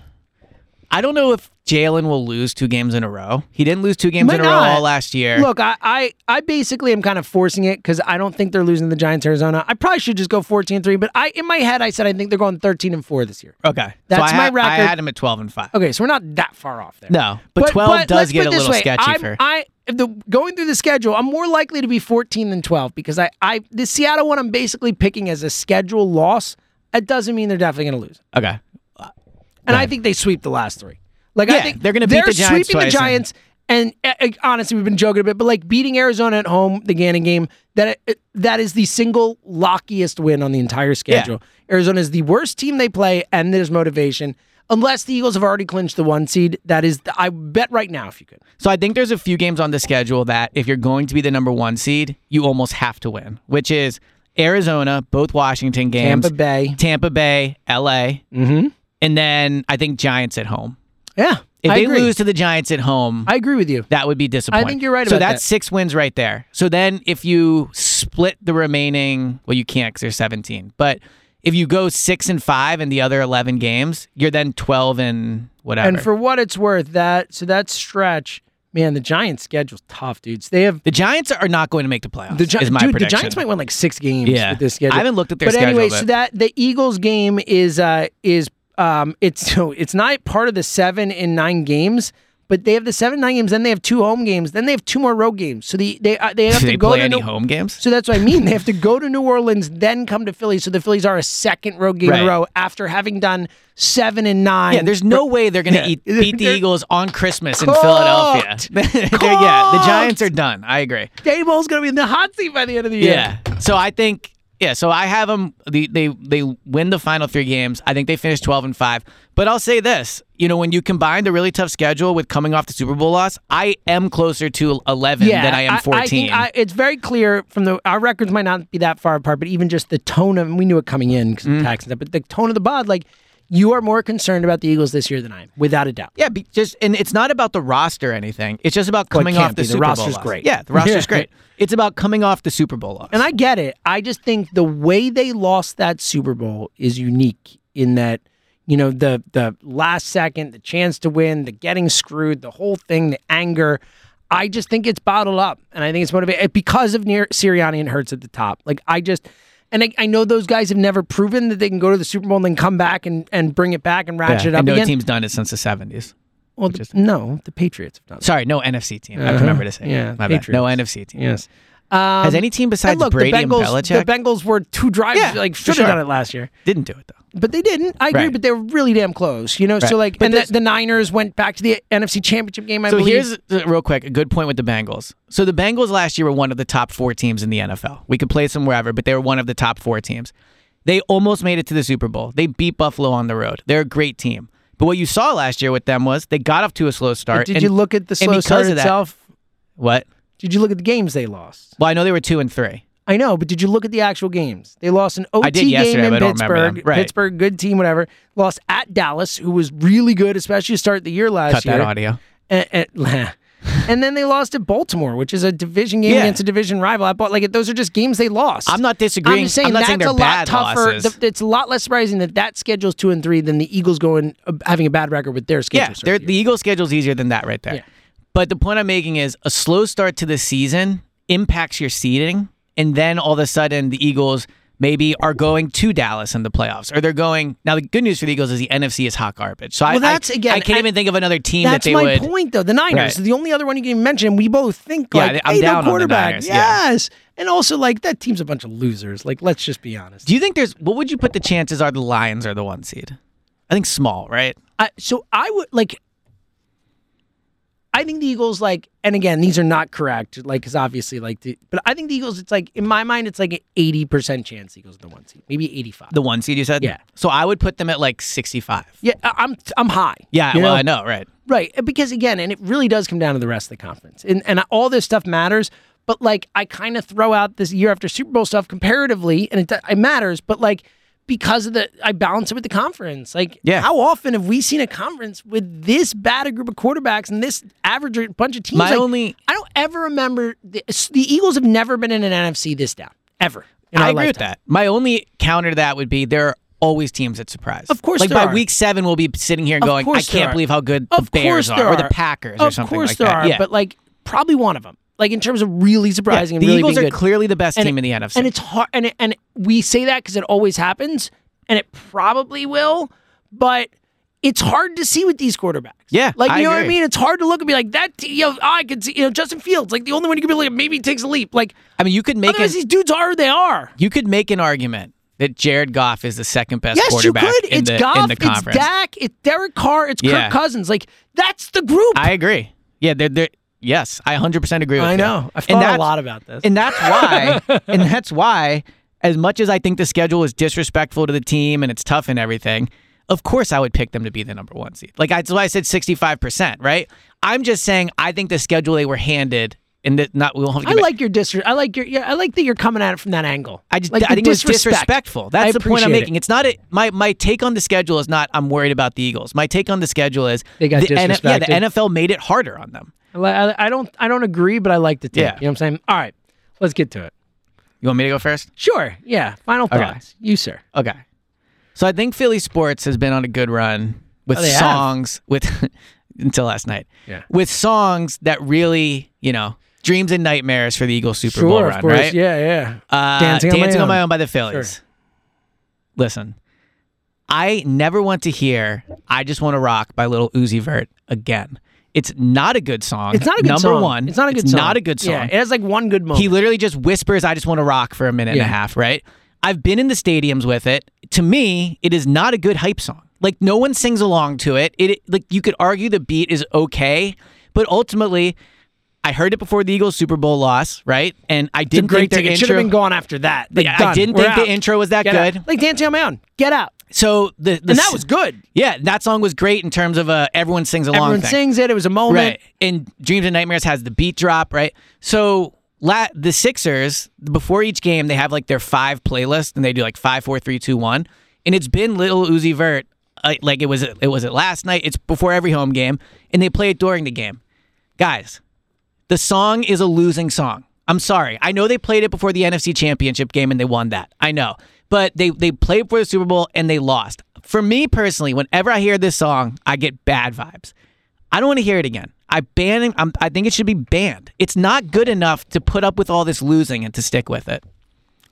I don't know if Jalen will lose two games in a row. He didn't lose two games
Might
in a row
not.
all last year.
Look, I, I, I basically am kind of forcing it because I don't think they're losing the Giants Arizona. I probably should just go 14-3, but I in my head I said I think they're going 13 and 4 this year.
okay,
That's
so I
my
had- I
record.
had him at twelve and five.
Okay, so we're not that far off there.
No, but, twelve
but
does
let's
get
put
a
it this
little
way.
sketchy
I'm-
for.
I if the going through the schedule, I'm more likely to be 14 than 12 because I, I the Seattle one I'm basically picking as a schedule loss. That doesn't mean they're definitely going to lose.
okay,
And I think they sweep the last three. Like I
Yeah,
think
they're gonna beat the Giants
sweeping the
twice, and-
Giants. And uh, uh, honestly, we've been joking a bit, but like beating Arizona at home, the Gannon game, that it- that is the single lockiest win on the entire schedule. Arizona is the worst team they play, and there's motivation. Unless the Eagles have already clinched the one seed, that is, the, I bet right now if you could.
So I think there's a few games on the schedule that if you're going to be the number one seed, you almost have to win, which is Arizona, both Washington games,
Tampa Bay.
Tampa Bay, LA, mm-hmm. and then I think Giants at home.
Yeah,
If
I
they
agree.
lose to the Giants at home,
I agree with you.
that would be disappointing.
I think you're right
So
about
that's
that.
six wins right there. So then if you split the remaining, well, you can't because there's 17, but if you go six and five in the other 11 games, you're then 12 and whatever.
And for what it's worth, that so that stretch, man, the Giants' schedule's tough, dudes. They have
the Giants are not going to make the playoffs.
The Gi-
is my
dude,
prediction.
the Giants might win like six games
Yeah.
with this schedule.
I haven't looked at their
but anyway,
schedule,
so
but-
that the Eagles game is uh is um it's so it's not part of the seven and nine games, but they have the seven and nine games. Then they have two home games. Then they have two more road games. So the they uh, they have
Do
to
they
go
play
to
any
New-
home games?
So that's what I mean. They have to go to New Orleans, then come to Philly. So the Phillies are a second road game in
Right.
a row after having done seven and nine.
Yeah, there's no way they're going to
Yeah.
eat, beat the
They're-
Eagles on Christmas in
Cooked.
Philadelphia. They're- yeah, the
Cooked.
Giants are done. I agree.
Dable's gonna be in the hot seat by the end of the year.
Yeah. So I think yeah. So I have them. They they they win the final three games. I think they finish twelve and five. But I'll say this. You know, when you combine the really tough schedule with coming off the Super Bowl loss, I am closer to eleven than I am fourteen.
think I- it's very clear from the our records might not be that far apart, but even just the tone of and we knew it coming in because
Mm.
of tax and stuff. But the tone of the bod, like you are more concerned about the Eagles this year than I am, without a doubt.
yeah, be, just and it's not about the roster or anything. It's just about
Well, Oh, it
coming
can't
off
be.
the
The
Super Bowl.
roster's
loss.
great.
Yeah, the roster's
Yeah.
great. It's about coming off the Super Bowl loss.
And I get it. I just think the way they lost that Super Bowl is unique in that you know the the last second, the chance to win, the getting screwed, the whole thing, the anger. I just think it's bottled up, and I think it's motivated because of near Sirianni and Hurts at the top. Like I just. And I, I know those guys have never proven that they can go to the Super Bowl and then come back and, and bring it back and ratchet
Yeah,
it up
and no
again.
team's done it since the seventies.
well, the- no, the Patriots have done.
Sorry, no NFC team. I remember to say.
Uh-huh. Yeah,
My bad. No
Patriots.
NFC team.
Yes. Um,
Has any team besides
and look,
Brady
the Bengals,
and Belichick
The Bengals were two drives,
Yeah,
like
for
should have
sure.
done it last year.
didn't do it though?
But they didn't. I agree,
Right.
but they were really damn close. You know, so
Right.
like,
But
and the,
this-
the Niners went back to the NFC Championship game. I
so
believe.
here's uh, real quick a good point with the Bengals. So the Bengals last year were one of the top four teams in the NFL. We could place them wherever, but they were one of the top four teams. They almost made it to the Super Bowl. They beat Buffalo on the road. They're a great team. But what you saw last year with them was they got off to a slow start.
did
and-
you look at the
and
slow
because
start
of that-
itself?
What?
Did you look at the games they lost?
Well, I know they were two and three.
I know, but did you look at the actual games? They lost an OT
did yesterday,
game in
but I don't remember them.
Pittsburgh.
Right.
Pittsburgh, good team, whatever. Lost at Dallas, who was really good, especially to start the year last
Cut
year.
that audio.
Eh, eh, and then they lost at Baltimore, which is a division game
Yeah.
against a division rival. I bought like those are just games they lost.
I'm not disagreeing.
I'm just saying
I'm not
that's
saying
a
they're
lot
bad
tougher.
losses.
th- it's a lot less surprising that that schedule's two and three than the Eagles going uh, having a bad record with their schedule.
Yeah, they're, the Eagles' schedule's easier than that right there.
Yeah.
But the point I'm making is a slow start to the season impacts your seeding, and then all of a sudden the Eagles maybe are going to Dallas in the playoffs, or they're going. Now the good news for the Eagles is the NFC is hot garbage. So I,
Well, that's,
I,
again,
I can't
I-
even think of another team
That's
that they
my
would.
point, though. The Niners,
Right.
the only other one you can mention. We both think
Yeah,
like,
I'm
hey,
down on
no
the
quarterback.
Niners, yeah.
yes, and also like that team's a bunch of losers. Like, let's just be honest.
Do you think there's? What would you put the chances are the Lions are the one seed? I think small, right?
I, so I would like. I think the Eagles like, and again, these are not correct. Like, because obviously, like, the, but I think the Eagles. It's like in my mind, it's like an eighty percent chance the Eagles are the one seed, maybe eighty-five.
The one seed you said.
Yeah.
So I would put them at like 65.
yeah, I- I'm I'm high.
Yeah.
you
well, I know, right?
Right. uh, Because again, and it really does come down to the rest of the conference. And and all this stuff matters, but like I kind of throw out this year after Super Bowl stuff comparatively and it, it matters, but like because of the I balance it with the conference. Like
Yeah.
how often have we seen a conference with this bad a group of quarterbacks and this average rate bunch of teams?
My
Like,
only-
I don't ever remember the, the Eagles have never been in an NFC this down ever. in
I
our
agree with
lifetime.
that. My only counter to that would be there are always teams that surprise.
Of course
like
there
by
are.
week seven, we'll be sitting here
Of
going, I
course there
can't
are.
believe how good
Of
the Bears
course there
or the Packers or
of
something
course
like
there
that.
are,
yeah.
but like probably one of them. Like in terms of really surprising
the
and really
Eagles
being
are
good.
clearly the best team
it-
in the NFC.
And it's hard, and it, and we say that because it always happens, and it probably will, but it's hard to see with these quarterbacks.
Yeah,
like you
I
know what I
agree.
mean. It's hard to look and be like that. You know, I could see. You know, Justin Fields, like the only one you could be like, maybe he takes a leap. Like
I mean, you could make
otherwise,
an,
these dudes are who they are.
you could make an argument that Jared Goff is the second best
Yes, you
quarterback
could.
in,
It's
the,
Goff,
in the
it's
conference.
Dak, it's Derek Carr, it's
Yeah.
Kirk Cousins. Like that's the group.
I agree. Yeah, they're, they're yes, I 100% agree with
I
you.
know. I've
And
thought a
that's-
lot about this.
And that's why, and that's why, as much as I think the schedule is disrespectful to the team and it's tough and everything, of course I would pick them to be the number one seed. Like I- that's why I said sixty-five percent, right? I'm just saying I think the schedule they were handed, and that not we won't have to.
I
get back-
like your dis. I like your. Yeah, I like that you're coming at it from that angle.
I just
like
I
the
think it was
disrespect.
disrespectful.
I
That's the point
appreciate
I'm
it.
making. It's not a, my my take on the schedule is not I'm worried about the Eagles. My take on the schedule is
They got
the N- yeah, the
disrespected.
NFL made it harder on them.
Li- I I don't I don't agree, but I like the take.
Yeah.
You know what I'm saying? All right, let's get to it.
You want me to go first?
Sure. Yeah. Final
Okay.
thoughts. You sir.
Okay. So I think Philly sports has been on a good run with
Oh, they have.
songs with until last night.
Yeah.
With songs that really, you know, dreams and nightmares for the Eagles Super Bowl run, right?
Yeah, yeah.
Uh,
Dancing on My
Dancing
Own.
by the Phillies. Listen. I never want to hear I Just Want to Rock by Little Uzi Vert again. It's not a good song.
It's not a good
Number
song.
one.
It's not a good
It's
song.
not a good song.
Yeah, it has like one good moment.
He literally just whispers, I just want to rock for a minute
Um, Yeah.
and a half, right? I've been in the stadiums with it. To me, it is not a good hype song. Like no one sings along to it. It like you could argue the beat is okay, but ultimately I heard it before the Eagles Super Bowl loss, right? And I
it's a
didn't
great
think their
take. It should
intro
have been gone after that. Like,
Yeah, I
done.
didn't
We're
think the
out.
intro was that
Get out.
good.
Like Dancing on My Own. Get out.
So the, the
And that was good.
Yeah, that song was great in terms of uh, everyone sings along
Everyone
thing.
sings it. It was a moment.
Right. And Dreams and Nightmares has the beat drop, right? So la- the Sixers, before each game, they have like their five playlist and they do like five, four, three, two, one. And it's been little Uzi Vert. uh, Like it was it was it last night. It's before every home game. And they play it during the game. Guys, the song is a losing song. I'm sorry. I know they played it before the NFC Championship game and they won that. I know. But they they played for the Super Bowl and they lost. For me personally, whenever I hear this song, I get bad vibes. I don't want to hear it again. I ban I'm, I think it should be banned. It's not good enough to put up with all this losing and to stick with it.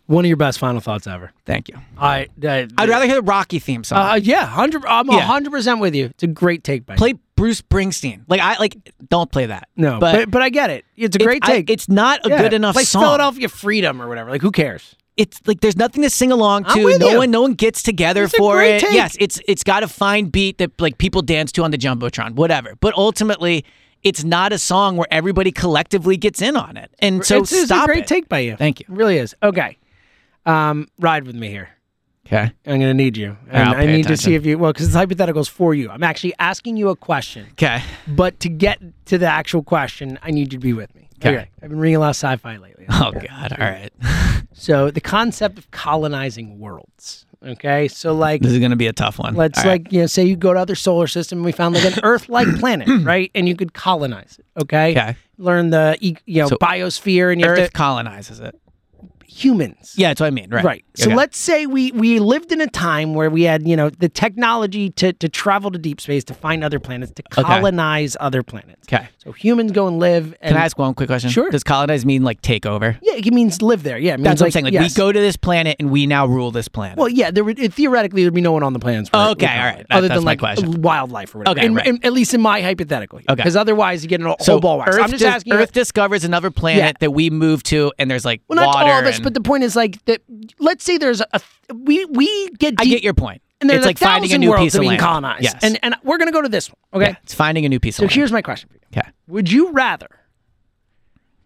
One of your best final thoughts ever.
Thank you.
I. I
I'd rather hear the Rocky theme song.
Uh, yeah. Hundred. I'm
Yeah.
hundred percent with you. It's a great take, by you.
play Bruce Springsteen. Like I like don't play that.
No, but,
but,
but I get it. It's a
it's-
great
I-
take.
it's not a
Yeah.
good enough
like
song.
Philadelphia Freedom or whatever. Like who cares?
it's like there's nothing to sing along
I'm
to.
with
No
you.
one, no one gets together
It's a
for
great
it.
take.
Yes, it's it's got a fine beat that like people dance to on the jumbotron, whatever. But ultimately, it's not a song where everybody collectively gets in on it. And so
it's, it's
stop
a great
it.
take by you.
Thank you.
It really is. Okay, um, ride with me here.
Okay.
I'm gonna need you,
I'll
and I need
pay
to
attention.
see if you well because it's hypotheticals for you. I'm actually asking you a question,
Okay.
but to get to the actual question, I need you to be with me.
'Kay.
I've been reading a lot of sci-fi lately.
Oh God. All right.
So the concept of colonizing worlds. Okay, so like
This is going to be a tough one.
let's
All right.
like you know say you go to other solar system and we found like an Earth-like planet, right? And you could colonize it. Okay,
Okay.
learn the e- you know
So
biosphere and you have
Earth
to-
colonizes it.
humans.
Yeah, that's what I mean. Right.
Right. So
Okay.
let's say we we lived in a time where we had, you know, the technology to to travel to deep space to find other planets, to
Okay.
colonize other planets.
Okay.
So humans go and live and
Can I ask one quick question?
Sure.
Does colonize mean like take over?
Yeah, it means live there. Yeah, it means
That's what I'm
like-
saying. Like
yes.
we go to this planet and we now rule this planet.
Well, yeah, there would it, theoretically there'd be no one on the planets. where-
Okay,
where-
all right. That-
other
that's
than
my
like
question.
wildlife or whatever.
Okay,
In-
right.
in- at least in my hypothetical.
Okay.
Because otherwise you get an
so
whole ball wax.
Earth,
Oh, I'm just
dis-
asking.
Earth discovers another planet
Yeah.
that we move to, and there's like
well, not
water.
all of us,
and-
but the point is like that. Let's say there's a we we get. Deep,
I get your point.
And there's
it's
a
like finding a
thousand
new
worlds
piece
that
of
we can
land.
colonize.
Yes.
And and we're gonna go to this one. Okay.
Yeah, it's finding a new piece
So
of land.
here's my question for you.
okay.
Would you rather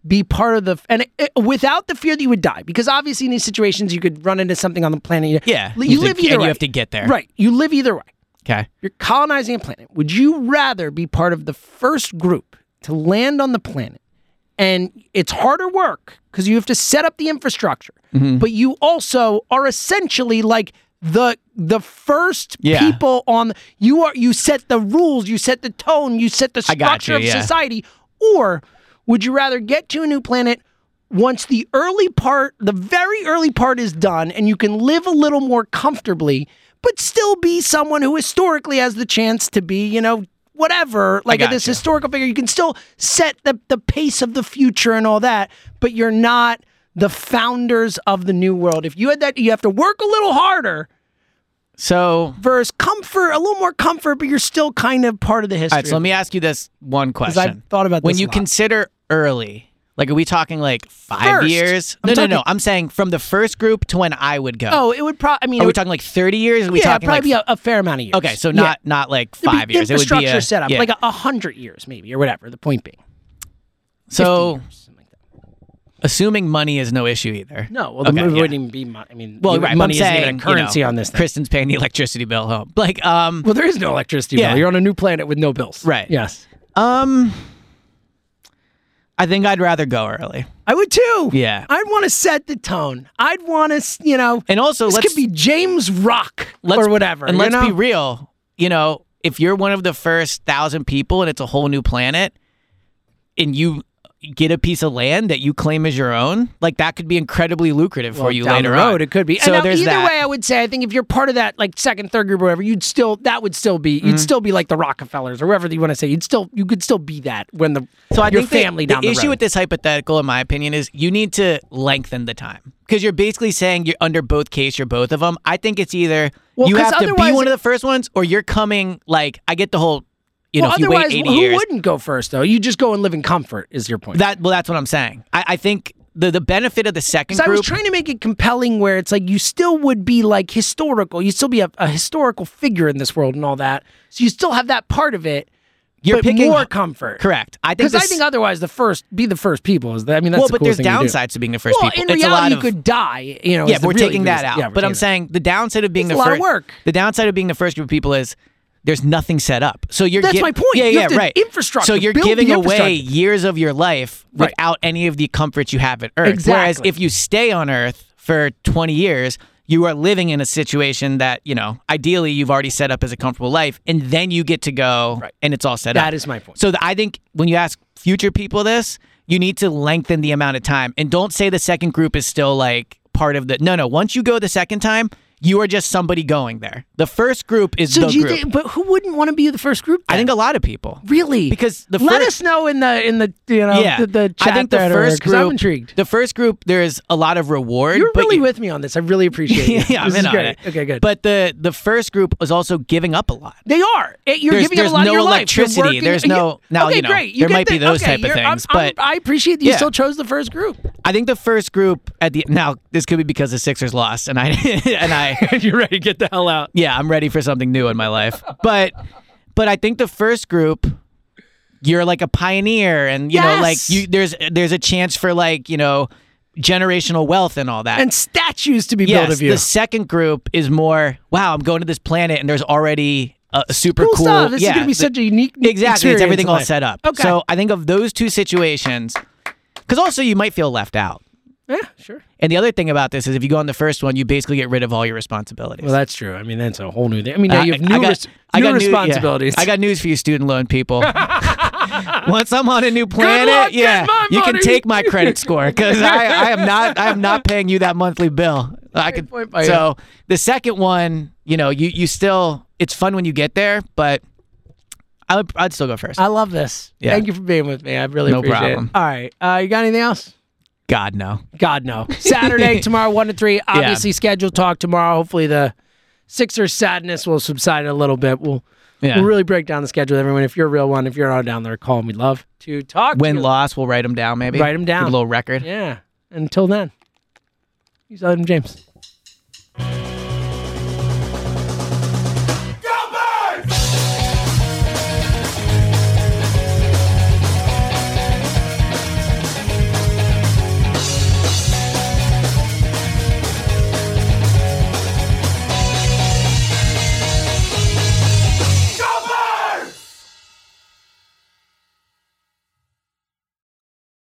be part of the and it, it- without the fear that you would die? Because obviously in these situations you could run into something on the planet. You,
Yeah,
you,
you
live
think-
either
and you
way.
have to get there.
Right, you live either way.
Okay.
You're colonizing a planet. Would you rather be part of the first group to land on the planet? And it's harder work because you have to set up the infrastructure,
Mm-hmm.
but you also are essentially like the the first
Yeah.
people on. You are you set the rules, you set the tone, you set the
I got
structure
you,
of
yeah.
society. Or would you rather get to a new planet? Once the early part, the very early part is done, and you can live a little more comfortably, but still be someone who historically has the chance to be, you know, whatever, like
got
this
you.
historical figure. You can still set the, the pace of the future and all that, but you're not the founders of the new world. If you had that, you have to work a little harder
So
versus comfort, a little more comfort, but you're still kind of part of the history.
All right, so let me ask you this one question.
I've thought about
when
this a
you
lot.
consider early. Like, are we talking like five
First.
years?
I'm
No, no,
talking-
no. I'm saying from the first group to when I would go.
oh, it would probably, I mean,
are
it
we
would,
talking like 30 years? Are we
yeah, it'd
talking
probably
like
be a, a fair amount of years.
okay? So
Yeah.
not not like
There'd be
five years. It would be
infrastructure
a
setup,
yeah.
like a, a hundred years maybe or whatever. The point being,
so
50 years, something like that.
assuming money is no issue either.
No, well, the
Okay,
movie
yeah.
wouldn't even be money. I mean,
Well,
you-
right, but
money
I'm
isn't
saying,
even a currency
you know,
on this thing.
Kristen's paying the electricity bill home. Like, um,
well, there is no electricity
Yeah.
bill. You're on a new planet with no bills.
Right.
Yes.
um, I think I'd rather go early.
I would too.
Yeah.
I'd want to set the tone. I'd want to, you know,
And also,
this
let's
could be James Rock
let's,
or whatever.
And
you
let's
know?
be real, you know, if you're one of the first thousand people and it's a whole new planet, and you get a piece of land that you claim as your own, like that could be incredibly lucrative for
Well,
you
down
later
the road,
on.
It could be.
So
and now,
there's
either
that.
way, I would say I think if you're part of that like second, third group or whatever, you'd still that would still be you'd
Mm.
still be like the Rockefellers or whoever you want to say. You'd still you could still be that when the
so I
your
think that
family
the,
down the
issue
road.
with this hypothetical, in my opinion, is you need to lengthen the time because you're basically saying you're under both case, you're both of them. I think it's either
Well,
you
'cause
have to be
otherwise-
one of the first ones, or you're coming. Like I get the whole, you know,
well,
if you
otherwise,
wait 80
who
years,
wouldn't go first though? You just go and live in comfort is your point.
That well, that's what I'm saying. I, I think the the benefit of the second
Because I
group.
was trying to make it compelling where it's like you still would be like historical. You still be a, a historical figure in this world and all that. So you still have that part of it.
you're
but
picking
more comfort.
Correct. I think
Because I
this-
think otherwise the first be the first people is that I mean that's
well,
the
but
coolest
there's
thing to do.
downsides to being the first
well,
people.
in
it's
reality
a lot
you
of,
could die. You know,
yeah,
is the
we're
really
taking that
biggest-
out.
yeah, we're
but I'm
taking that.
saying the downside of being
It's a
the
lot of
first
work.
The downside of being the first group of people is there's nothing set up. So you're
That's
gi-
my point.
Yeah,
You
yeah,
have to
right.
infrastructure,
So you're
build the
giving away
infrastructure.
years of your life
Right.
without any of the comforts you have at Earth. Whereas
Exactly.
if you stay on Earth for 20 years. You are living in a situation that you know. Ideally, you've already set up as a comfortable life, and then you get to go, and it's all set up.
That is my point.
So the, I think when you ask future people this, you need to lengthen the amount of time and don't say the second group is still like part of the. No, no. Once you go the second time, you are just somebody going there. The first group is
So
the
do you
group.
think, but who wouldn't want to be the first group?
I
then?
think a lot of people.
really
Because the
let
first-
us know in the in the you know
yeah,
uh, the, the chat
I think the
thread or whatever,
first
'cause
group.
I'm intrigued.
The first group, there's a lot of reward.
You're
but
really
you-
with me on this. I really appreciate it.
yeah, I'm
This
in
is
on
great.
it.
Okay, good.
But the the first group was also giving up a lot.
They are. It- you're
There's-
giving up
there's
a lot
no
of your life.
electricity.
You're working-
There's no- now,
okay,
you know,
great.
there
get
might be
the-
those
okay,
type of
you're- I'm-
things,
I'm-
but-
I appreciate that you
Yeah.
still chose the first group.
I think the first group at the now this could be because the Sixers lost and I and I
You're ready to get the hell out.
yeah, I'm ready for something new in my life. But but I think the first group you're like a pioneer and you know like
Yes.
you there's there's a chance for like, you know, generational wealth and all that.
And statues to be built
yes,
of you.
the second group is more wow, I'm going to this planet and there's already a, a super
cool,
cool
stuff. This
yeah,
is going to be
the-
such a unique
Exactly.
experience
It's
in
everything all
life.
set up.
Okay.
So I think of those two situations, because also you might feel left out.
Yeah, sure.
And the other thing about this is if you go on the first one, you basically get rid of all your responsibilities.
Well, that's true. I mean, that's a whole new thing. I mean, now
Uh,
you have new,
I got,
res-
I
new
got new- yeah.
responsibilities.
I got news for you, student loan people. Once I'm on a new planet,
luck,
yeah,
get my
you can
money.
take my credit score because I, I am not I am not paying you that monthly bill. I could,
point by
so the second one, you know, you you still it's fun when you get there, but I would, I'd still go first.
I love this.
Yeah.
Thank you for being with me. I really
No
appreciate
problem.
it. All right. Uh, you got anything else?
God no.
God no. Saturday tomorrow, one to three. Obviously, scheduled talk tomorrow. Hopefully, the Sixers sadness will subside a little bit. We'll,
Yeah.
we'll really break down the schedule. Everyone, if you're a real one, if you're all down there, call. 'em. We'd love to talk. to
Win
you.
loss, we'll write them down maybe.
Write 'em down.
Good little record.
Yeah. Until then, he's Adam James.